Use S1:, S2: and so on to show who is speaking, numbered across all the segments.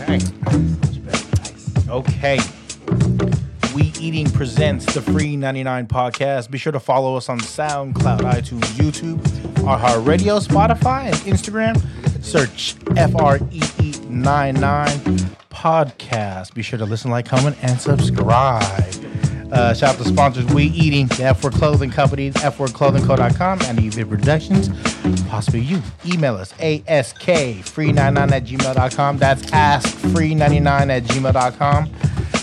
S1: right. Okay. We Eating presents the Free 99 podcast. Be sure to follow us on SoundCloud, iTunes, YouTube, our radio, Spotify, and Instagram. Search F R E E 99 podcast. Be sure to listen, like, comment, and subscribe. Uh, shout out to sponsors We Eating, the F Word Clothing Company, F-WordClothingCo.com, and E EV Productions. Possibly you. Email us askfree99 at gmail.com. That's askfree99 at gmail.com.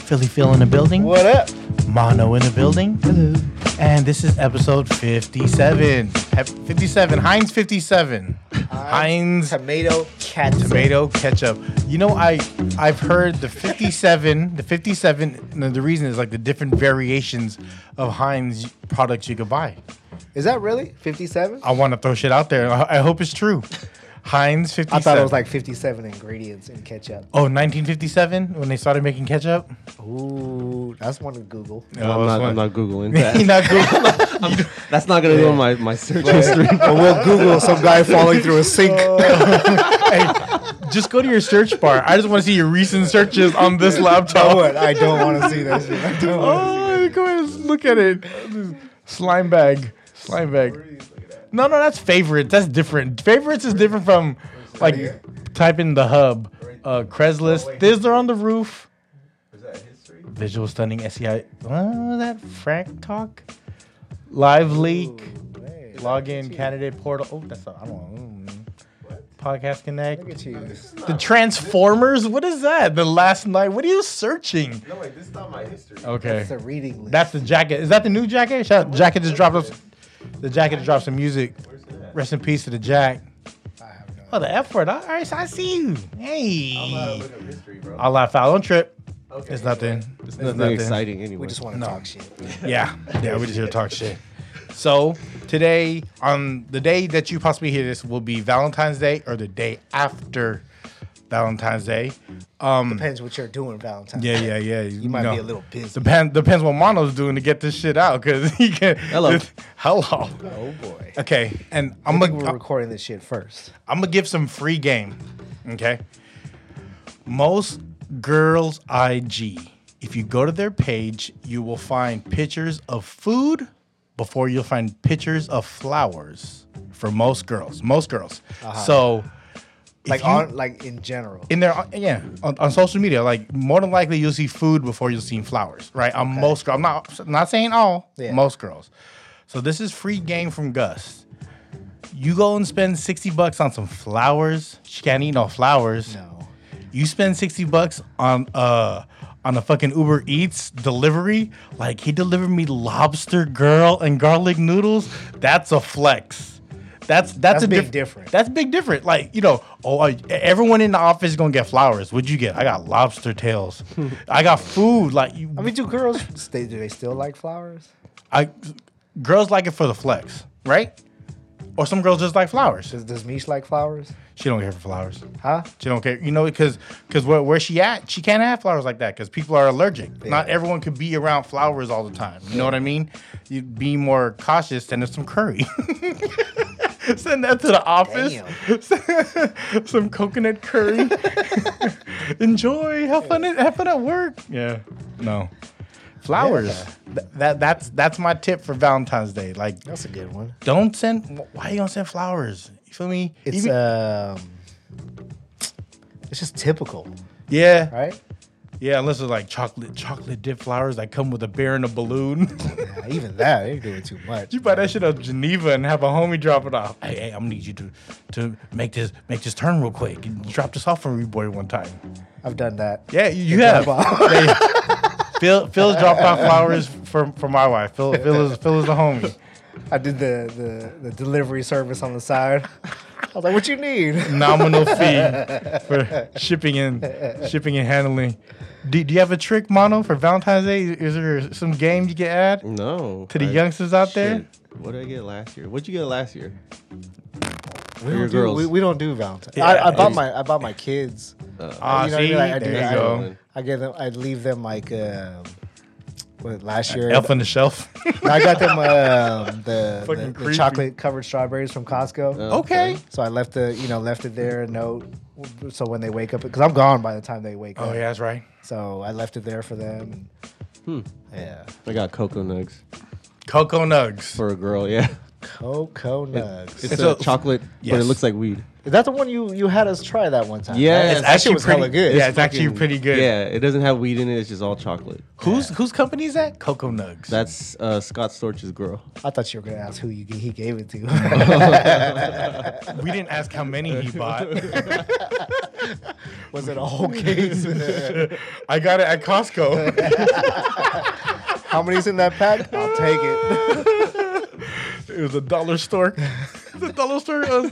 S1: Philly Phil in the building.
S2: What up?
S1: Mono in the building. Hello. And this is episode 57. Hep- 57. Heinz 57. Heinz
S2: Tomato ketchup.
S1: tomato ketchup. You know, I I've heard the 57, the 57. no, The reason is like the different variations of Heinz products you could buy.
S2: Is that really 57?
S1: I want to throw shit out there. I, I hope it's true. Heinz 57.
S2: I thought it was like 57 ingredients in ketchup.
S1: oh 1957 when they started making ketchup.
S2: Ooh, that's one to Google.
S1: No,
S3: I'm,
S1: it's
S3: not,
S1: one-
S3: I'm not Googling
S1: You're
S3: that.
S1: not Googling.
S3: That's not going to go on my, my search history.
S2: But we'll Google some guy falling through a sink.
S1: Hey, just go to your search bar. I just want to see your recent searches on this
S2: I
S1: laptop.
S2: would. I don't want to see that shit. I don't want
S1: Oh, go ahead and look at it. Slime bag. Slime bag. No, no, that's favorites. That's different. Favorites is different from like type in the hub. Uh
S3: Oh,
S1: Craigslist. Thizzler on the roof. Visual stunning SEI. Oh, that Frank talk. Live leak. Login candidate portal. Oh, that's not, I don't know. Podcast Connect.
S2: to see that. Look at you.
S1: The Transformers. What is that? The last night. What are you searching?
S3: No, wait, this is not my history.
S1: Okay.
S2: It's a reading list.
S1: That's the jacket. Is that the new jacket? Shout jacket just dropped. Us, the jacket just dropped some music. Rest in peace to the jack. Oh, the F word. All right, so I see you. Hey.
S3: uh, history, bro.
S1: I'll laugh out. Don't trip.
S3: Okay,
S1: It's nothing.
S3: It's nothing, exciting anyway.
S2: we just want to talk shit.
S1: Yeah. Yeah, we just here to talk shit. So today, on the day that you possibly hear this, will be Valentine's Day or the day after Valentine's Day. Um,
S2: Depends what you're doing Valentine's.
S1: yeah,
S2: Day.
S1: yeah, yeah.
S2: You might be a little busy.
S1: Depends depends what Mono's doing to get this shit out because he can.
S3: Hello.
S1: hello.
S2: Oh boy.
S1: Okay, and I'm
S2: I think we're
S1: gonna
S2: recording this shit first.
S1: I'm gonna give some free game. Okay. Most girls IG, if you go to their page, you will find pictures of food before you'll find pictures of flowers for most girls. Most girls.
S2: Uh-huh.
S1: So if
S2: Like
S1: you-
S2: on, like in general.
S1: in their yeah on, on social media like more than likely you'll see food before you'll see flowers right on most girls i'm not I'm not saying all
S2: Yeah.
S1: most girls so this is free game from gus you go and spend 60 bucks on some flowers she can't eat no flowers
S2: No.
S1: you spend 60 bucks on uh on a fucking Uber Eats delivery, like he delivered me lobster girl and garlic noodles. That's a flex. That's that's,
S2: That's
S1: a
S2: big
S1: diff-
S2: different.
S1: That's big different. Like you know, oh, I, everyone in the office is gonna get flowers. What'd you get? I got lobster tails. I got food. Like you,
S2: I mean, do girls? They, do they still like flowers?
S1: I girls like it for the flex, right? Or some girls just like flowers.
S2: Does, does Mish like flowers?
S1: She don't care for flowers.
S2: Huh?
S1: She don't care, you know, because because where, where she at, she can't have flowers like that because people are allergic. Not everyone could be around flowers all the time. You know what I mean? You be more cautious. Send her some curry. Send that to the office. some coconut curry. Enjoy. Have fun. At, have fun at work. Yeah. No. Flowers. Th- that that's that's my tip for Valentine's Day. Like,
S2: That's a good one.
S1: don't send. Why you gonna send flowers? You feel me?
S2: It's
S1: Even-
S2: um, it's just typical,
S1: yeah.
S2: right?
S1: Yeah, unless it's like chocolate, chocolate dipped flowers that come with a bear and a balloon.
S2: Yeah, even that, they're doing too much.
S1: you buy that shit up Geneva and have a homie drop it off. Hey, hey, I'm gonna need you to to make this make this turn real quick and drop this off for me, boy, one time.
S2: I've done that.
S1: Yeah, you, you have.
S2: drop
S1: They- Phil Phil's dropped off flowers for for my wife. Phil Phil is Phil is the homie.
S2: I did the the, the delivery service on the side. I was like, "What you need?"
S1: Nominal fee for shipping and shipping and handling. Do, do you have a trick, Mono, for Valentine's Day? Is there some game you can add
S3: no.
S1: to the
S3: I-
S1: youngsters out there?
S3: shit. What did I get last year? What'd you get last year?
S2: We
S3: your
S2: don't, do,
S3: girls.
S2: we, we don't do Valentine's.
S1: Yeah,
S2: I, I bought
S1: it's-
S2: my I bought my kids.
S3: Uh,
S1: Ah,
S2: You know what I mean?
S1: see,
S2: Like, I do
S1: there you
S2: that.
S1: go.
S3: Ireland.
S2: I give them. I leave them like um what, last year.
S1: Elf on the shelf.
S2: No, I got them um, the,
S1: Fucking
S2: the,
S1: creepy.
S2: chocolate covered strawberries from Costco. Oh,
S1: okay.
S2: So I left the you know left it there a note. So when they wake up, because I'm gone by the time they wake
S1: Oh
S2: up.
S1: yeah, that's right.
S2: So I left it there for them. Hmm. Yeah.
S3: I got cocoa nugs
S1: Cocoa nugs.
S3: for a girl. Yeah,
S2: Cocoa nugs.
S3: it's,
S1: It's
S3: a,
S1: a-
S3: chocolate, but
S1: Yes.
S3: it looks like weed.
S2: Is that the one you you had us try that one time?
S3: Yeah,
S2: right?
S3: it's
S2: That shit was
S1: pretty
S2: hella good.
S1: Yeah, it's, actually
S3: fucking-
S1: pretty good.
S3: Yeah, it doesn't have weed in it. It's just all chocolate.
S1: Who's whose company is that? Cocoa Nugs.
S3: That's uh, Scott Storch's girl.
S2: I thought you were gonna ask who you, he gave it to.
S1: we didn't ask how many he bought.
S2: was it a whole case?
S1: I got it at Costco.
S2: How many's in that pack? I'll take it.
S1: it was a dollar store. the dollar store uh,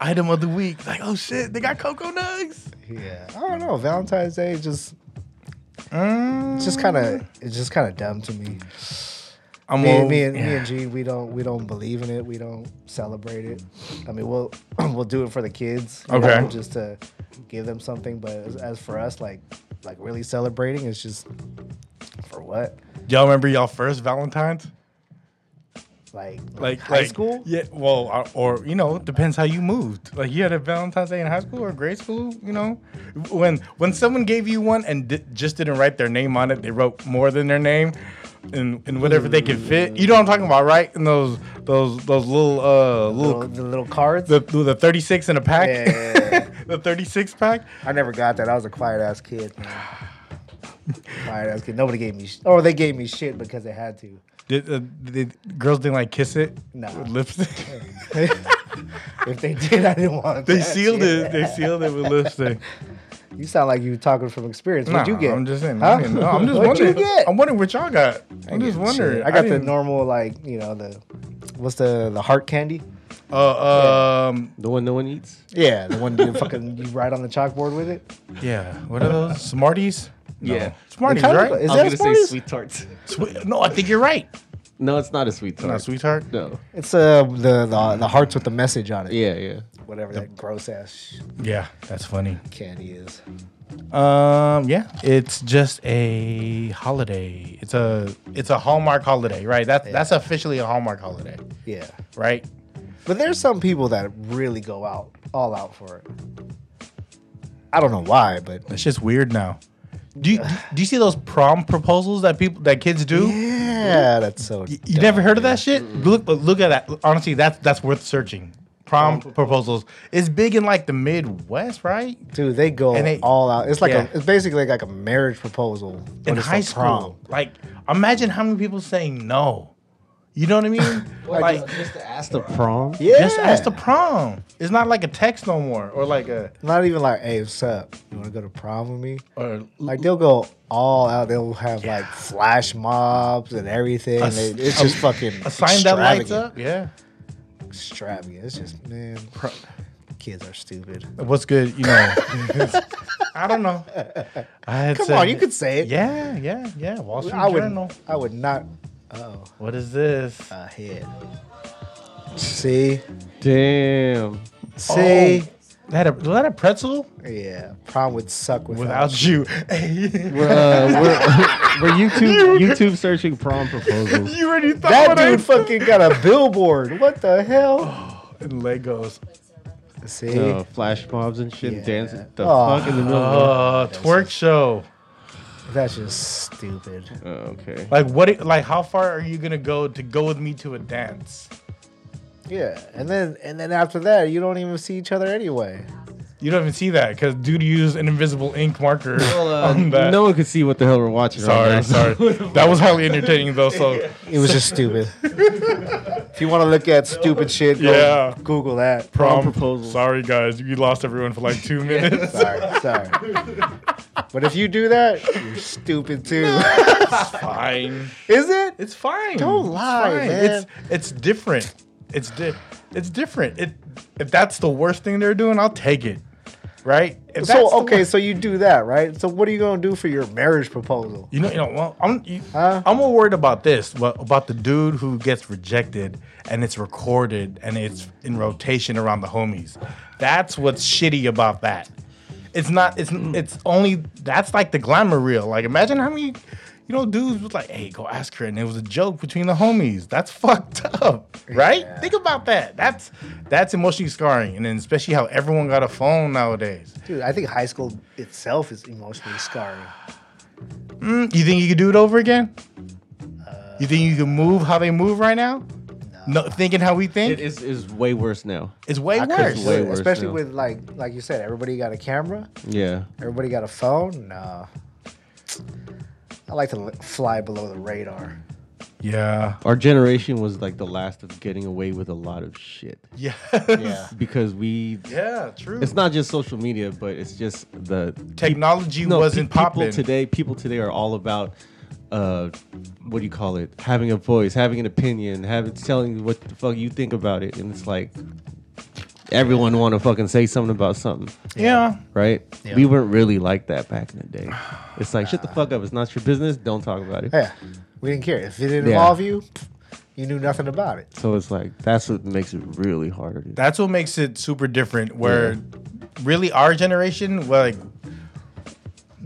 S1: item of the week. Like, oh shit, they got cocoa nugs.
S2: yeah. I don't know. Valentine's Day just
S1: Mm,
S2: it's just kind of it's just kind of dumb to me.
S1: I'm
S2: Me,
S1: all-
S2: me and me
S1: yeah.
S2: and G, we don't we don't believe in it. We don't celebrate it. I mean, we'll we'll do it for the kids, you
S1: Okay.
S2: know, just to give them something. But as, as for us, like like really celebrating, it's just for what?
S1: Y'all remember y'all first Valentine's?
S2: Like
S1: Like
S2: high
S1: like-
S2: school?
S1: Yeah. Well, or, or you know, depends how you moved. Like you had a Valentine's Day in high school or grade school. You know, when when someone gave you one and di- just didn't write their name on it, they wrote more than their name, and and whatever they could fit. You know what I'm talking about, right? And those those those little uh
S2: Little-
S1: little
S2: the little cards.
S1: the the 36 in a pack.
S2: Yeah, yeah, yeah.
S1: the 36 pack.
S2: I never got that. I was a quiet ass kid. Man. quiet ass kid. Nobody gave me, sh- or they gave me shit because they had to.
S1: Did, uh, did girls didn't like kiss it?
S2: Nah.
S1: With lipstick.
S2: If they did, I didn't want.
S1: they
S2: that
S1: sealed
S2: shit.
S1: it. They sealed it with lipstick.
S2: You sound like you talking from experience. What'd
S1: Nah,
S2: you get?
S1: I'm just saying.
S2: Huh?
S1: I mean, no, I'm just
S2: What'd you
S1: wondering.
S2: get?
S1: I'm wondering what y'all got. I'm
S2: Shit.
S1: just wondering.
S2: I got the
S1: didn't-
S2: normal, like you know, the what's the the heart candy?
S1: Uh, um,
S3: The one no one eats.
S2: Yeah, the one you fucking you write on the chalkboard with it.
S1: yeah. What are those? Smarties. No.
S3: Yeah.
S1: Smarties,
S2: They kinda
S1: right? Uh,
S2: look- Is
S3: I
S2: that
S3: was gonna say
S2: Smarties?
S3: sweet tarts.
S1: Swe- no, I think you're right.
S3: No, it's not a sweet tart.
S1: Not sweetheart.
S3: No.
S2: It's uh the the, the hearts with the message on it.
S3: Yeah, yeah.
S2: Whatever that gross ass
S1: Yeah, that's funny.
S2: candy is.
S1: Um, yeah, it's just a holiday. It's a it's a Hallmark holiday, right? That's that's officially a Hallmark holiday,
S2: Yeah,
S1: right?
S2: but there's some people that really go out all out for it. I don't know why, but
S1: That's just weird now. Do you, do you see those prom proposals that people that kids do?
S2: yeah, that's so.
S1: You never heard of that shit? Look, but look at that. Honestly, that's that's worth searching. Prom proposals. It's big in like the Midwest, right?
S2: Dude, they go
S1: And they-
S2: all out. It's like
S1: Yeah.
S2: a, it's basically like a marriage proposal but
S1: In
S2: it's
S1: high
S2: for
S1: school,
S2: prom.
S1: like imagine how many people saying no. You know what I mean? like
S3: just to ask the prom.
S2: Yeah,
S1: just ask the prom. It's not like a text no more, or like a
S2: not even like, hey, what's up? You want to go to prom with me?
S1: or
S2: Like they'll go all out. They'll have like flash mobs and everything.
S1: s-
S2: They- it's just fucking
S1: a sign that lights up. Yeah.
S2: Extravagant. It's just man, kids are stupid.
S1: What's good? You know. I don't know. I had
S2: Come
S1: said-
S2: on, you could say it.
S1: Yeah, yeah, yeah. Wall Street
S2: I would.
S1: Journal.
S2: I would not. Oh,
S1: What is this?
S2: a head. Oh, See,
S3: Damn.
S2: see.
S1: Oh, that a, was that a pretzel?
S2: Yeah, prom would suck without.
S1: Without you.
S3: We're, uh, we're, we're YouTube YouTube searching prom proposals.
S1: you already thought
S2: that dude fucking got a billboard. What the hell?
S1: in Legos.
S2: See,
S3: Uh, flash mobs and shit,
S2: Yeah.
S3: dancing the
S2: Oh.
S3: fuck in the middle. of
S1: Uh, twerk show.
S2: that's just stupid.
S3: the- oh, okay.
S1: Like what? it- Like how far are you gonna go to go with me to a dance?
S2: Yeah, and then and then after that, you don't even see each other anyway.
S1: You don't even see that because dude used an invisible ink marker on that.
S3: uh, no one could see what the hell we're watching.
S1: sorry,
S3: right now.
S1: sorry. That was highly entertaining though. So
S2: It was just stupid. if you want to look at stupid shit, go
S1: Yeah.
S2: Google that.
S1: prom
S3: proposals.
S1: Sorry guys, you lost everyone for like two minutes.
S2: Sorry, sorry. But if you do that, you're stupid too.
S1: fine.
S2: Is it?
S1: It's fine.
S2: Don't
S1: It's
S2: lie,
S1: fine.
S2: man.
S1: It's it's different. It's di- it's different. It if that's the worst thing they're doing, I'll take it. Right? If that's the
S2: So okay,
S1: worst-
S2: so you do that, right? So what are you gonna do for your marriage proposal?
S1: you know, you know. Well, I'm you,
S2: Huh?
S1: I'm more worried about this, but about the dude who gets rejected and it's recorded and it's in rotation around the homies. That's what's shitty about
S2: Mm.
S1: that. It's not. It's it's only that's like the glamour reel. Like imagine how many You know, dudes was like, "Hey, go ask her," and it was a joke between the homies. That's fucked up, right?
S2: Yeah.
S1: Think about that. That's that's emotionally scarring, and then especially how everyone got a phone nowadays.
S2: Dude, I think high school itself is emotionally scarring.
S1: Mm, you think you could do it over again? you think you can move how they move right now? No, thinking how we think
S3: It is is way worse now.
S1: it's way
S2: I couldn't
S1: worse.
S2: do it,
S3: Way worse
S2: especially
S3: now.
S2: with like like you said, everybody got a camera,
S3: Yeah.
S2: everybody got a phone. Nah. I like to li- fly below the radar.
S1: Yeah,
S3: Our generation was like the last of getting away with a lot of shit
S1: yeah,
S2: Yeah.
S3: because we.
S1: yeah. True.
S3: It's not just social media, but it's just the
S1: Technology
S3: no,
S1: wasn't
S3: pe- people
S1: popping.
S3: today. People today are all about. Uh, what do you call it? Having a voice, having an opinion, having telling what the fuck you think about it, and it's like everyone want to fucking say something about something.
S1: Yeah.
S3: right?
S2: Yeah.
S3: We weren't really like that back in the day. It's like shut the fuck up. It's not your business. Don't talk about it.
S2: Yeah. We didn't care. If it didn't
S3: Yeah.
S2: involve you, you knew nothing about it.
S3: So it's like that's what makes it really harder. To
S1: That's what makes it super different. Where really our generation, well, like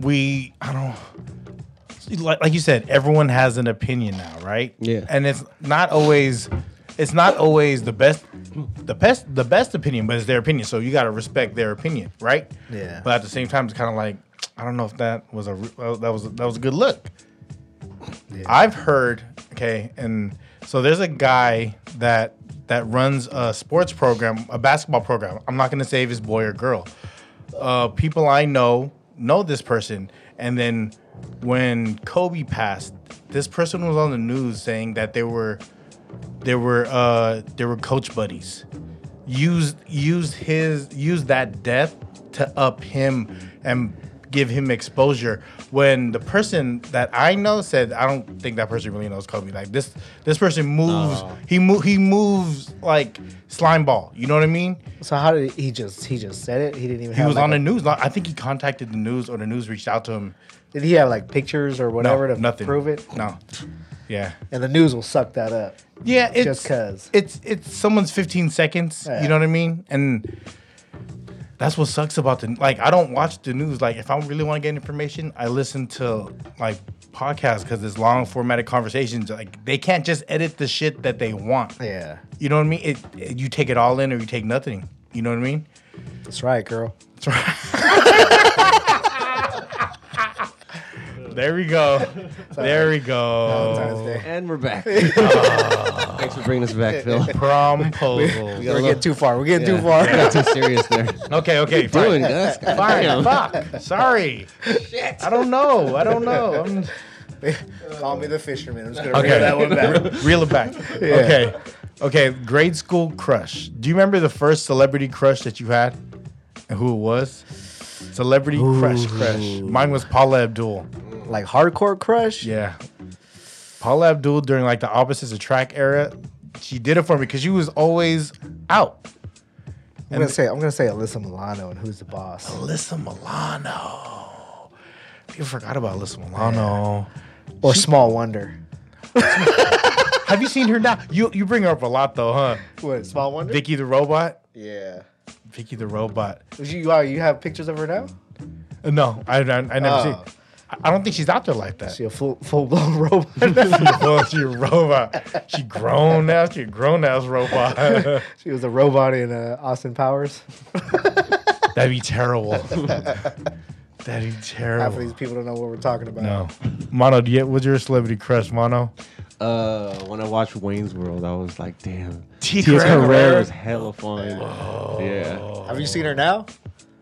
S1: we, I don't know. Like, like you said, everyone has an opinion now, right?
S3: Yeah.
S1: And it's not always, it's not always the best, the best, the best opinion, but it's their opinion. So you got to respect their opinion, right?
S2: Yeah.
S1: But at the same time, it's kind of like I don't know if that was a re- well, that was that was a good look. I've heard okay, and so there's a guy that that runs a sports program, a basketball program. I'm not gonna say if it's boy or girl. Uh, people I know know this person, and then when Kobe passed, this person was on the news saying that they were they were uh, they were coach buddies. Used used his used that death to up him and give him exposure. When the person that I know said, I don't think that person really knows Kobe. Like this this person moves.
S2: Oh.
S1: He mo- he moves like slime ball. You know what I mean?
S2: So how did he just he just said it? He didn't even
S1: He
S2: have
S1: was
S2: like,
S1: on
S2: a-
S1: the news. I think he contacted the news or the news reached out to him.
S2: Did he have like pictures or
S1: No,
S2: whatever to
S1: nothing.
S2: prove it?
S1: No. Yeah.
S2: And the news will suck that up.
S1: Yeah, it's
S2: Just 'cause.
S1: it's it's someone's 15 seconds.
S2: Yeah.
S1: You know what I mean? And that's what sucks about the like. I don't watch the news. Like, if I really want to get information, I listen to like podcasts because it's long formatted conversations. Like, they can't just edit the shit that they want.
S2: Yeah.
S1: You know what I mean? It, it you take it all in or you take nothing. You know what I mean?
S2: That's right, girl.
S1: There we go. there we go.
S2: Valentine's Day.
S3: and we're back. Thanks for bringing us back, Phil.
S1: Promposal.
S2: We gotta get too far. We're getting
S3: Yeah.
S2: too far.
S3: Got too serious there.
S1: Okay, okay, fine.
S3: Doing guys.
S1: Fine.
S3: Goddamn.
S1: Fuck. Sorry. Shit. I don't know. I don't know. I'm-
S2: Call me the fisherman. I'm just gonna
S1: Okay.
S2: reel that one back.
S1: Reel it back. Okay. Okay. Grade school crush. Do you remember the first celebrity crush that you had and who it was? Celebrity crush, crush. Mine was Paula Abdul.
S2: like hardcore crush.
S1: Yeah. Paula Abdul during like the opposites attract era, she did it for me because she was always out.
S2: I'm gonna say I'm gonna say Alyssa Milano and who's the boss.
S1: Alyssa Milano. People forgot about Alyssa Milano.
S2: Or Small Wonder.
S1: Have you seen her now? You you bring her up a lot though, huh?
S2: What? Small Wonder?
S1: Vicky the robot.
S2: yeah.
S1: Vicky the robot.
S2: You are you have pictures of her now?
S1: Uh, No, I I, I never
S2: Oh.
S1: see. I- I don't think she's out there like that.
S2: She a full full blown robot.
S1: well, she a robot. She grown now. She a grown ass robot. That'd
S2: she was a robot in uh, Austin Powers.
S1: be terrible. That'd be
S2: Half of
S1: terrible.
S2: these people don't know what we're talking about.
S1: No, Mono. Do you, what's your celebrity crush, Mono?
S3: Uh, when I watched Wayne's World, I was like, damn.
S1: Tia
S3: Tia
S1: Carrera.
S3: Carrera is hella fun. Yeah,
S2: Have you seen her now?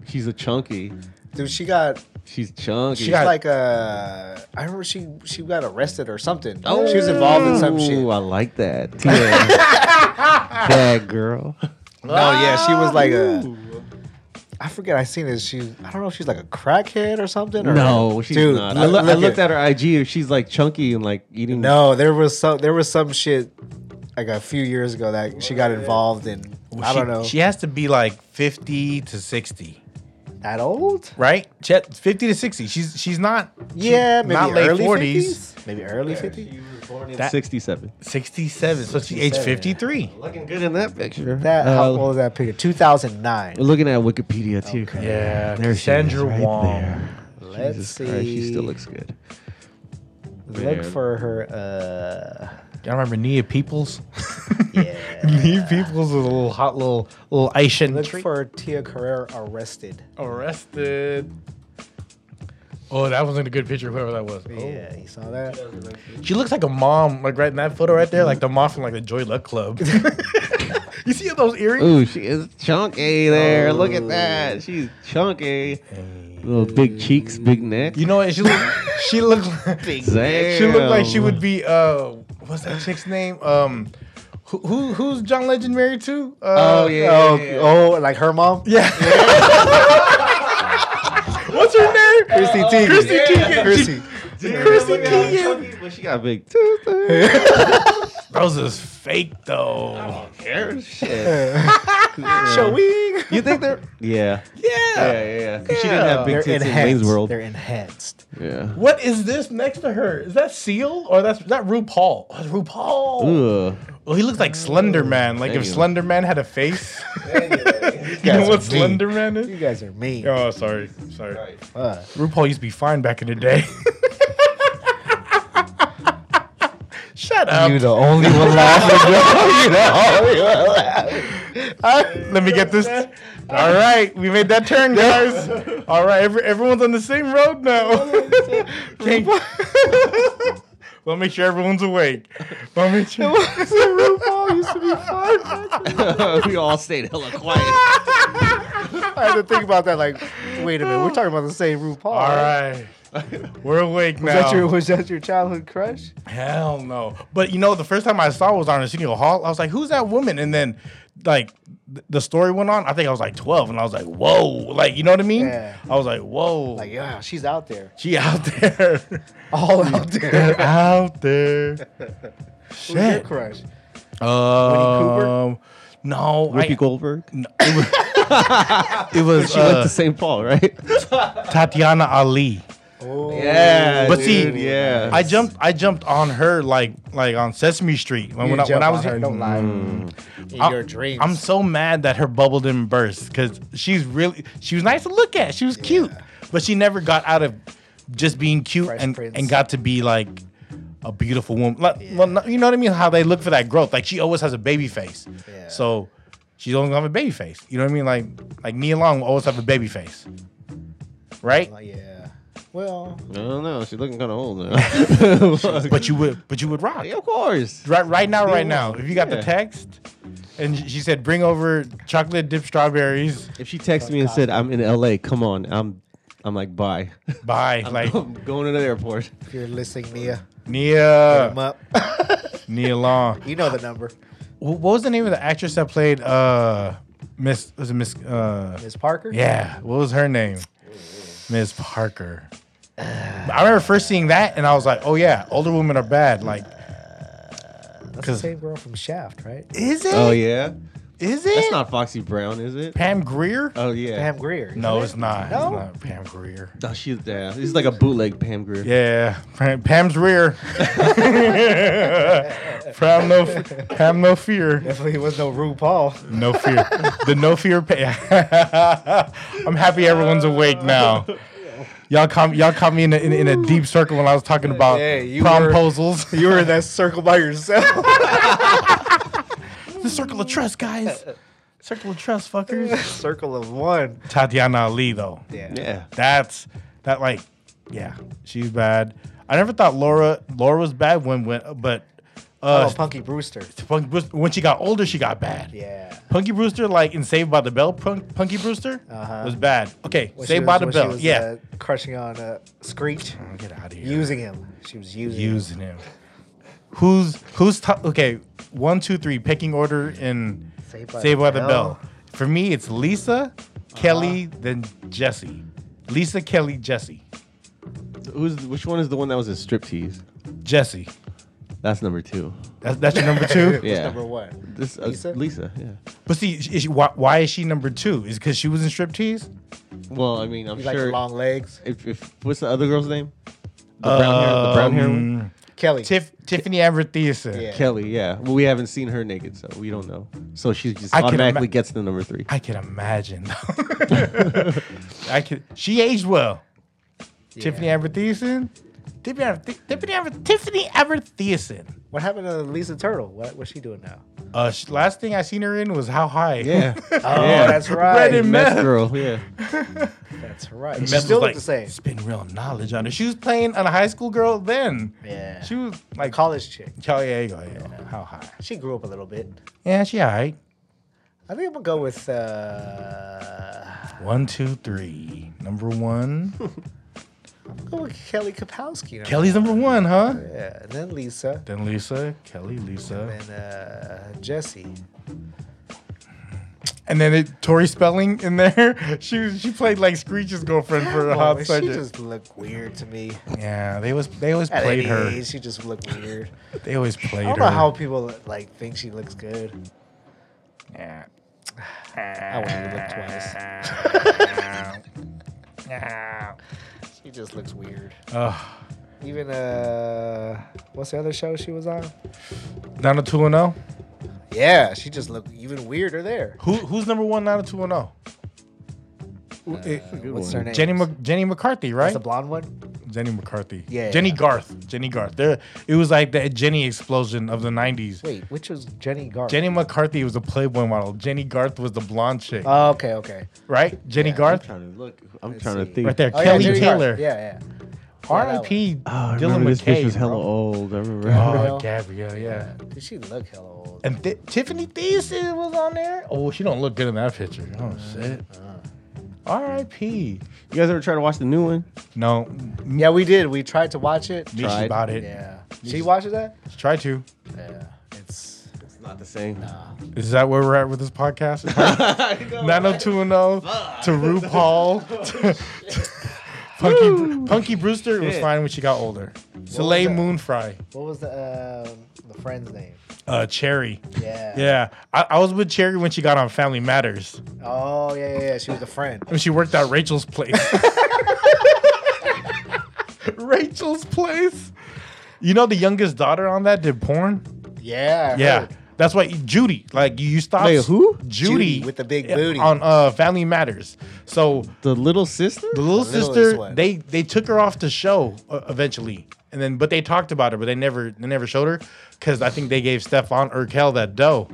S3: she's a chunky.
S2: Dude, she got
S3: She's chunky.
S1: She got-
S2: like uh I remember she she got arrested or something.
S3: Oh,
S2: She was involved in some shit.
S3: I like that. Tia. Bad girl.
S2: No, yeah, she was like a I forget I seen this. She I don't know if she's like a crackhead or something or
S3: No, she's
S2: Dude,
S3: not. I, loo-
S2: look-
S3: I
S2: look
S3: looked
S2: at-
S3: at her IG. She's like chunky and like eating.
S2: No, there was some there was some shit like a few years ago that she got involved in. I
S1: She-
S2: don't know.
S1: She has to be like fifty to sixty,
S2: that old?
S1: right? She had- fifty to sixty. She's she's not. she-
S2: Yeah, maybe
S1: not
S2: early
S1: late forties.
S2: 50s? Maybe early 50s.
S1: That-
S3: 67.
S1: 67. So she aged 53.
S3: Looking good in that picture.
S2: That how old was that picture? 2009.
S3: We're Uh, looking at Wikipedia too.
S1: Yeah,
S3: there she is,
S1: Cassandra
S3: right
S1: Wong.
S3: there.
S2: Let's
S3: Jesus Christ, she
S2: see.
S3: still looks good.
S2: Look
S3: Man.
S2: for her.
S1: Y'all remember Nia Peoples?
S2: Uh, yeah.
S1: Nia Peoples was a little hot little little Asian
S2: Look
S1: treat.
S2: for Tia Carrera arrested.
S1: Arrested. Oh, that wasn't a good picture, whoever that was. Oh.
S2: Yeah, you saw that?
S1: She looks like a mom, like right in that photo right there, like the mom from like the Joy Luck Club. you see those earrings?
S3: Ooh, she is chunky there. Look at that. She's chunky. Little big cheeks, big neck.
S1: You know what? She look, she looked she looked like she would be uh what's that chick's name? Um who, who who's John Legend married to? Uh,
S3: Oh, yeah,
S1: oh,
S3: yeah, yeah.
S2: Oh, like her mom?
S1: yeah. what's her name?
S2: Chrissy Teigen.
S1: Chrissy Teigen.
S2: Chrissy.
S1: Chrissy Teigen.
S3: Well, she got big tooth. there.
S1: Those is fake though.
S3: Hair, Shit.
S2: Shall we?
S3: You think they're? Yeah.
S1: Yeah.
S3: Yeah, yeah. yeah. 'Cause She didn't have big
S2: They're
S3: tits in Wayne's
S2: enhanced.
S3: World.
S2: They're enhanced.
S3: Yeah.
S1: What is this next to her? Is that Seal or that's that RuPaul? Oh, it's RuPaul.
S3: Ugh.
S1: Oh, he looks like Slender Man. Like if
S3: Damn.
S1: Slender Man had a face. you
S2: guys
S1: know
S2: are
S1: what
S2: mean.
S1: Slender Man
S2: You
S1: is?
S2: guys are mean.
S1: Oh, sorry. Sorry.
S2: Fuck.
S1: RuPaul used to be fine back in the day. Shut up.
S2: You the only one laughing.
S3: Oh,
S1: Let me get this. All right, we made that turn, guys. All right, every, everyone's on the same road now. RuPaul- we'll make sure everyone's awake. We'll make sure.
S2: RuPaul used to be fun.
S3: we all stayed hella quiet.
S2: I had to think about that. Like, wait a minute, we're talking about the same RuPaul.
S1: All right, we're awake
S2: Was
S1: now.
S2: that your was that your childhood crush?
S1: Hell no. But you know, the first time I saw it was on Arsenio Hall, I was like, who's that woman? And then, like, th- the story went on. I think I was like 12, and I was like, whoa. Like, you know what I mean?
S2: Yeah.
S1: I was like, whoa.
S2: Like, yeah, she's out there,
S1: she out there.
S2: all out there.
S1: out there.
S2: Who's your
S1: Shit.
S2: crush?
S1: Um, no. I,
S3: Whoopi Goldberg.
S1: it was
S3: She went
S1: uh,
S3: to St. Paul, right?
S1: Tatiana Ali.
S2: Oh,
S3: Yeah.
S1: But
S3: dude,
S1: see,
S3: yeah.
S1: I jumped. I jumped on her like like on Sesame Street when,
S2: You
S1: when, I, when
S2: jump
S1: I
S2: on
S1: was
S2: her, don't lie. In
S1: I-
S2: your dreams.
S1: I'm so mad that her bubble didn't burst because she's really she was nice to look at. She was cute, but she never got out of just being cute
S2: Fresh
S1: and
S2: Prince.
S1: and got to be like a beautiful woman. Like, Well, no- you know what I mean? How they look for that growth. Like she always has a baby face,
S2: Yeah.
S1: so she's always gonna have a baby face. You know what I mean? Like like Nia Long will always have a baby face, right?
S2: Like, yeah. Well,
S3: I don't know. She's looking kind of old now. Fuck.
S1: But you would but you would rock.
S3: Yeah, of course.
S1: Right, right now, right now. If you got
S3: Yeah.
S1: the text, and she she said, "Bring over chocolate dipped strawberries."
S3: If she texted me and said, "I'm in LA, come on," I'm, I'm like, bye.
S1: Bye. Like
S3: I'm going to the airport.
S2: if you're listening, Nia,
S1: Nia,
S2: I'm up.
S1: Nia Long.
S2: you know the number.
S1: Wh- What was the name of the actress that played uh Miss? Was it Miss? Uh,
S2: Miss Parker.
S1: yeah. What was her name? Miss Parker. I remember first seeing that, and I was like, "Oh yeah, older women are bad." Like,
S2: that's the
S1: 'cause-
S2: same girl from Shaft, right?
S1: is it?
S3: Oh yeah,
S1: Is it?
S3: that's not Foxy Brown, is it?
S1: Pam Greer.
S3: Oh yeah.
S2: Pam Greer. isn't
S1: no,
S2: it?
S1: it's not.
S2: No?
S1: It's not Pam Greer.
S3: Oh, she's yeah. It's like a bootleg Pam Grier.
S1: Yeah, Pam, Pam's rear. Pam no, Pam no fear,
S2: Definitely was no RuPaul.
S1: no fear. The no fear. Pa- I'm happy everyone's awake now. Y'all caught y'all caught me in a, in, in a deep circle when I was talking about
S2: Hey, you were-
S1: promposals.
S2: You were in that circle by yourself.
S1: the circle of trust, guys. Circle of trust, fuckers.
S2: circle of one.
S1: Tatiana Ali though.
S2: Yeah.
S3: Yeah.
S1: That's that like, yeah, she's bad. I never thought Laura Laura was bad when when, but uh,
S2: Oh, Punky Brewster.
S1: Punk Brewster, when she got older, she got bad.
S2: Yeah.
S1: Punky Brewster, like in Saved by the Bell, Punk, Punky Brewster
S2: Uh-huh.
S1: was bad. Okay,
S2: When she
S1: Saved
S2: was-
S1: by the
S2: when she
S1: Bell.
S2: was,
S1: yeah.
S2: uh, crushing on uh, Screech,
S1: Get out of here.
S2: using him. She was using. him.
S1: Using him. Who's who's top? Okay, one, two, three. Picking order in Saved by, the, Bell. Uh-huh. For me, it's Lisa, Kelly, then Jesse. Lisa, Kelly, Jesse,
S3: Who's which one is the one that was a striptease?
S1: Jesse.
S3: That's number two.
S1: That's that's your number two.
S3: Yeah.
S2: Number one.
S3: This uh,
S2: Lisa?
S3: Lisa? Yeah.
S1: But see, is she, why, why is she number two? Is because she was in striptease?
S3: Well, I mean, I'm
S2: You like the
S3: sure.
S2: long legs,
S3: if, if what's the other girl's name? The brown hair. The brown hair. One?
S1: Um,
S2: Kelly.
S1: Tiff, Tiffany Amber Thiessen.
S2: Yeah.
S3: Kelly. Yeah. Well, we haven't seen her naked, so we don't know. So she just
S1: I can
S3: automatically
S1: ima-
S3: gets the number three.
S1: I can imagine. I can. She aged well. Tiffany Amber Thiessen. Tiffany Aver- Tiffany Aver- Tiffany Avertheason.
S2: What happened to Lisa Turtle? What, what's she doing now?
S1: Uh, sh- last thing I seen her in was How High.
S3: Yeah.
S2: Oh,
S3: Yeah.
S2: that's right.
S1: Red and
S3: Mess
S1: meth.
S3: girl. Yeah.
S2: That's right.
S1: And
S2: She
S1: Meth
S2: still
S1: was
S2: look
S1: like,
S2: the same.
S1: Spin real knowledge on her. She was playing on a high school girl then.
S2: Yeah.
S1: She was like, Call-
S2: College chick.
S1: oh, yeah, yeah, yeah. How High.
S2: She grew up a little bit.
S1: Yeah, she all right.
S2: I think I'm gonna go with uh,
S1: One, two, three. Number one.
S2: go with Kelly Kapowski.
S1: Kelly's number one, huh?
S2: Yeah, and then Lisa,
S1: Then Lisa, Kelly, Lisa.
S2: and then uh, Jesse.
S1: And then it, Tori Spelling in there. She she played like Screech's girlfriend for a
S2: Well,
S1: hot
S2: she
S1: second.
S2: just looked weird to me.
S1: yeah, they was they always
S2: At
S1: played
S2: any
S1: her.
S2: age, she just looked weird.
S1: They always played
S2: I don't
S1: her.
S2: know how people like think she looks good.
S1: Yeah.
S2: I won't even look twice. She just looks weird.
S1: Ugh.
S2: Even uh, what's the other show she was on?
S1: Nana two and zero.
S2: Yeah, she just looked even weirder there.
S1: Who who's number one? Nana two and zero.
S2: Uh,
S3: good
S2: what's
S3: one.
S2: her name?
S1: Jenny Mc, Jenny McCarthy, right?
S2: That's the blonde one.
S1: Jenny McCarthy.
S2: Yeah.
S1: Jenny Garth. Jenny Garth. There, it was like that Jenny explosion of the '90s.
S2: Wait, which was Jenny Garth?
S1: Jenny McCarthy was a Playboy model. Jenny Garth was the blonde chick,
S2: Oh, okay, okay.
S1: right? Jenny
S3: I'm
S1: Garth,
S3: trying to look. I'm
S2: Let's
S3: trying
S2: see.
S3: to think.
S1: right there.
S2: Oh,
S1: Kelly
S2: yeah, Jenny Garth.
S1: Taylor.
S2: Yeah, yeah.
S1: R.I.P.
S3: Oh, I
S1: Dylan
S3: remember this bitch was
S1: McKay.
S3: hella
S1: bro.
S3: old. I remember.
S1: Oh, Gabrielle. Yeah.
S2: Did she look hella old?
S1: And Thi- Tiffany Thiessen was on there. Oh, she don't look good in that picture.
S2: Uh,
S1: Oh shit. R.I.P.
S3: You guys ever try to watch the new one?
S1: No,
S2: Yeah, we did. We tried to watch it.
S1: me
S3: Tried.
S1: about it.
S2: Yeah. She watches that?
S1: Try to.
S2: Yeah. It's
S3: It's not the same.
S1: Is that where we're at with this podcast? 90210 to RuPaul.
S3: Oh,
S1: to- Punky, Bru- Punky Brewster was
S3: Shit.
S1: fine when she got older.
S2: was
S1: Soleil
S2: that?
S1: Moonfry.
S2: what was the um the friend's name?
S1: Uh, Cherry.
S2: Yeah.
S1: Yeah. I, I was with Cherry when she got on Family Matters.
S2: Oh yeah, yeah, yeah. She was a friend.
S1: When she worked at Rachel's place. Rachel's place. You know the youngest daughter on that did porn?
S2: Yeah. I
S1: Yeah.
S2: heard.
S1: That's why Judy, like you you stop
S3: Oh. Wait, who?
S1: Judy,
S2: Judy with the big booty.
S1: on uh Family Matters. So
S3: The little sister?
S1: the little
S2: The littlest
S1: sister,
S2: one.
S1: they they took her off the show uh, eventually, and then but they talked about her, but they never they never showed her because I think they gave Stefan Urkel that dough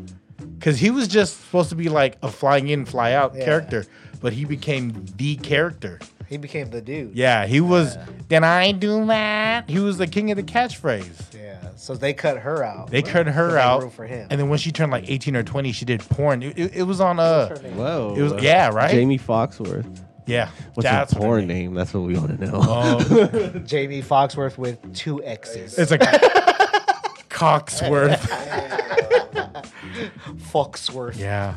S1: because he was just supposed to be like a flying in fly out
S2: Yeah.
S1: character, but he became the character.
S2: He became the dude.
S1: Yeah, he was. Then I do that. He was the king of the catchphrase.
S2: Yeah. So they cut her out.
S1: They cut
S2: to
S1: her
S2: make
S1: out,
S2: room for him.
S1: and then when she turned like eighteen or twenty, she did porn. It, it, it was on uh,
S3: Whoa.
S1: it was yeah, right,
S3: Jamie Foxworth.
S1: yeah.
S3: What's her
S1: what it
S3: porn
S1: is.
S3: name? That's what we want to know.
S1: Oh,
S2: Jamie Foxworth with two X's.
S1: it's a Coxworth.
S2: Foxworth.
S1: Yeah.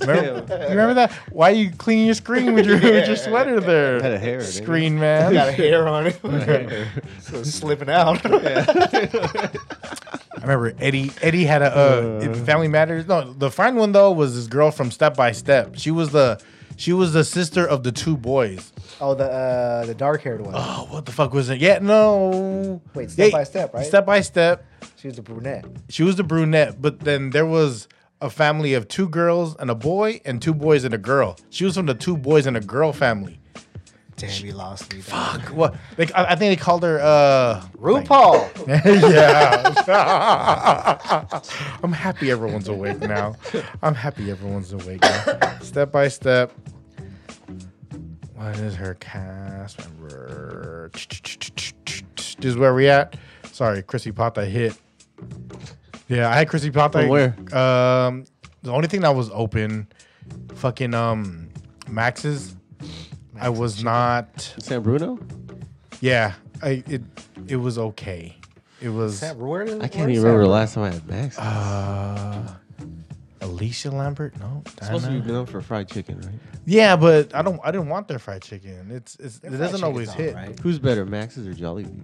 S1: Remember, you remember that? Why you cleaning your screen with your, with your sweater there?
S3: Had a hair, didn't
S1: Screen
S2: Got
S1: man.
S2: a hair on it. so it's slipping out.
S1: I remember Eddie. Eddie had a uh, in Family Matters. No, the fine one though was this girl from Step by Step. She was the she was the sister of the two boys.
S2: Oh, the uh, the dark haired one.
S1: Oh, what the fuck was it? Yeah, no.
S2: Wait, Step
S1: Yeah,
S2: by Step, right?
S1: Step by Step.
S2: She was a brunette.
S1: She was the brunette, but then there was a family of two girls and a boy, and two boys and a girl. She was from the two boys and a girl family.
S2: Damn, you lost me.
S1: Fuck. What? Like, I, I think they called her. uh
S2: RuPaul.
S1: yeah. I'm happy everyone's awake now. I'm happy everyone's awake now. Step by step. What is her cast member? This is where we at. Sorry, Chrissy Pata hit. Yeah, I had Chrissy Pata.
S3: From where?
S1: Um, the only thing that was open, fucking um, Max's. I was not.
S3: San Bruno?
S1: Yeah, I it it was okay. It was.
S2: Sam, where did-
S3: I
S2: where
S3: can't
S2: is
S3: even remember the
S2: that?
S3: last time I had Max.
S1: Oh, Uh, Alicia Lambert? No.
S3: supposed to be
S1: Diana?
S3: known for fried chicken, right?
S1: Yeah, but I don't. I didn't want their fried chicken. It's, it's it
S2: Fried
S1: doesn't
S2: chicken's
S1: always
S2: all
S1: hit.
S2: right.
S3: Who's better, Max's or Jollibee?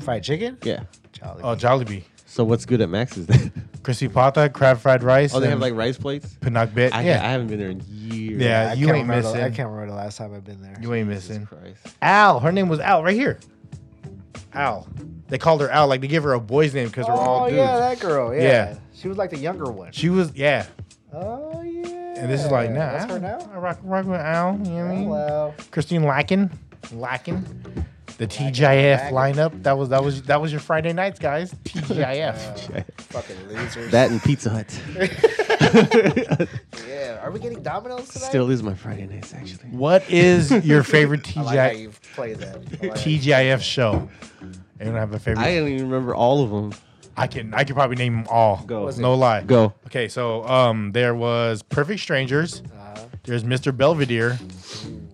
S2: Fried chicken?
S3: Yeah.
S2: Jolly.
S1: Oh, Jollibee,
S3: So what's good at Max's then?
S1: crispy pata, crab fried rice.
S3: oh, they have
S1: and
S3: like rice plates.
S1: Pinnock bit.
S3: I,
S1: yeah,
S3: I haven't been there in years.
S1: Yeah,
S2: I
S1: Uh, you
S2: can't
S1: ain't
S2: remember The, I
S1: missing.
S2: can't remember the last time I've been there.
S1: you ain't
S3: Jesus
S1: missing.
S3: Christ.
S1: Al. Her name was Al. Right here. Al. They called her Al. Like they gave her a boy's name because
S2: oh
S1: they're all dudes.
S2: yeah, that girl. Yeah.
S1: Yeah.
S2: she was like the younger one.
S1: She was yeah.
S2: Oh yeah.
S1: And this is like nah.
S2: That's
S1: Al,
S2: her
S1: I
S2: now.
S1: rock rock with Al. You know what I
S2: Oh,
S1: mean?
S2: wow.
S1: Christine Lacken. Lacken. The TGIF lineup. That was that was that was your Friday nights, guys. TGIF.
S2: Fucking losers.
S3: That and Pizza Hut
S2: yeah. Are we getting Domino's tonight?
S3: still is my Friday nights actually.
S1: what is your favorite
S2: I like how
S1: TGI,
S2: you play that. I like-
S1: TGIF show? I don't have a favorite.
S3: I
S1: I,
S3: don't even remember all of them.
S1: can I can probably name them all.
S3: Go. Was
S1: No lie.
S3: Go.
S1: Okay, so um, there was Perfect Strangers.
S2: uh,
S1: There's Mr. Belvedere.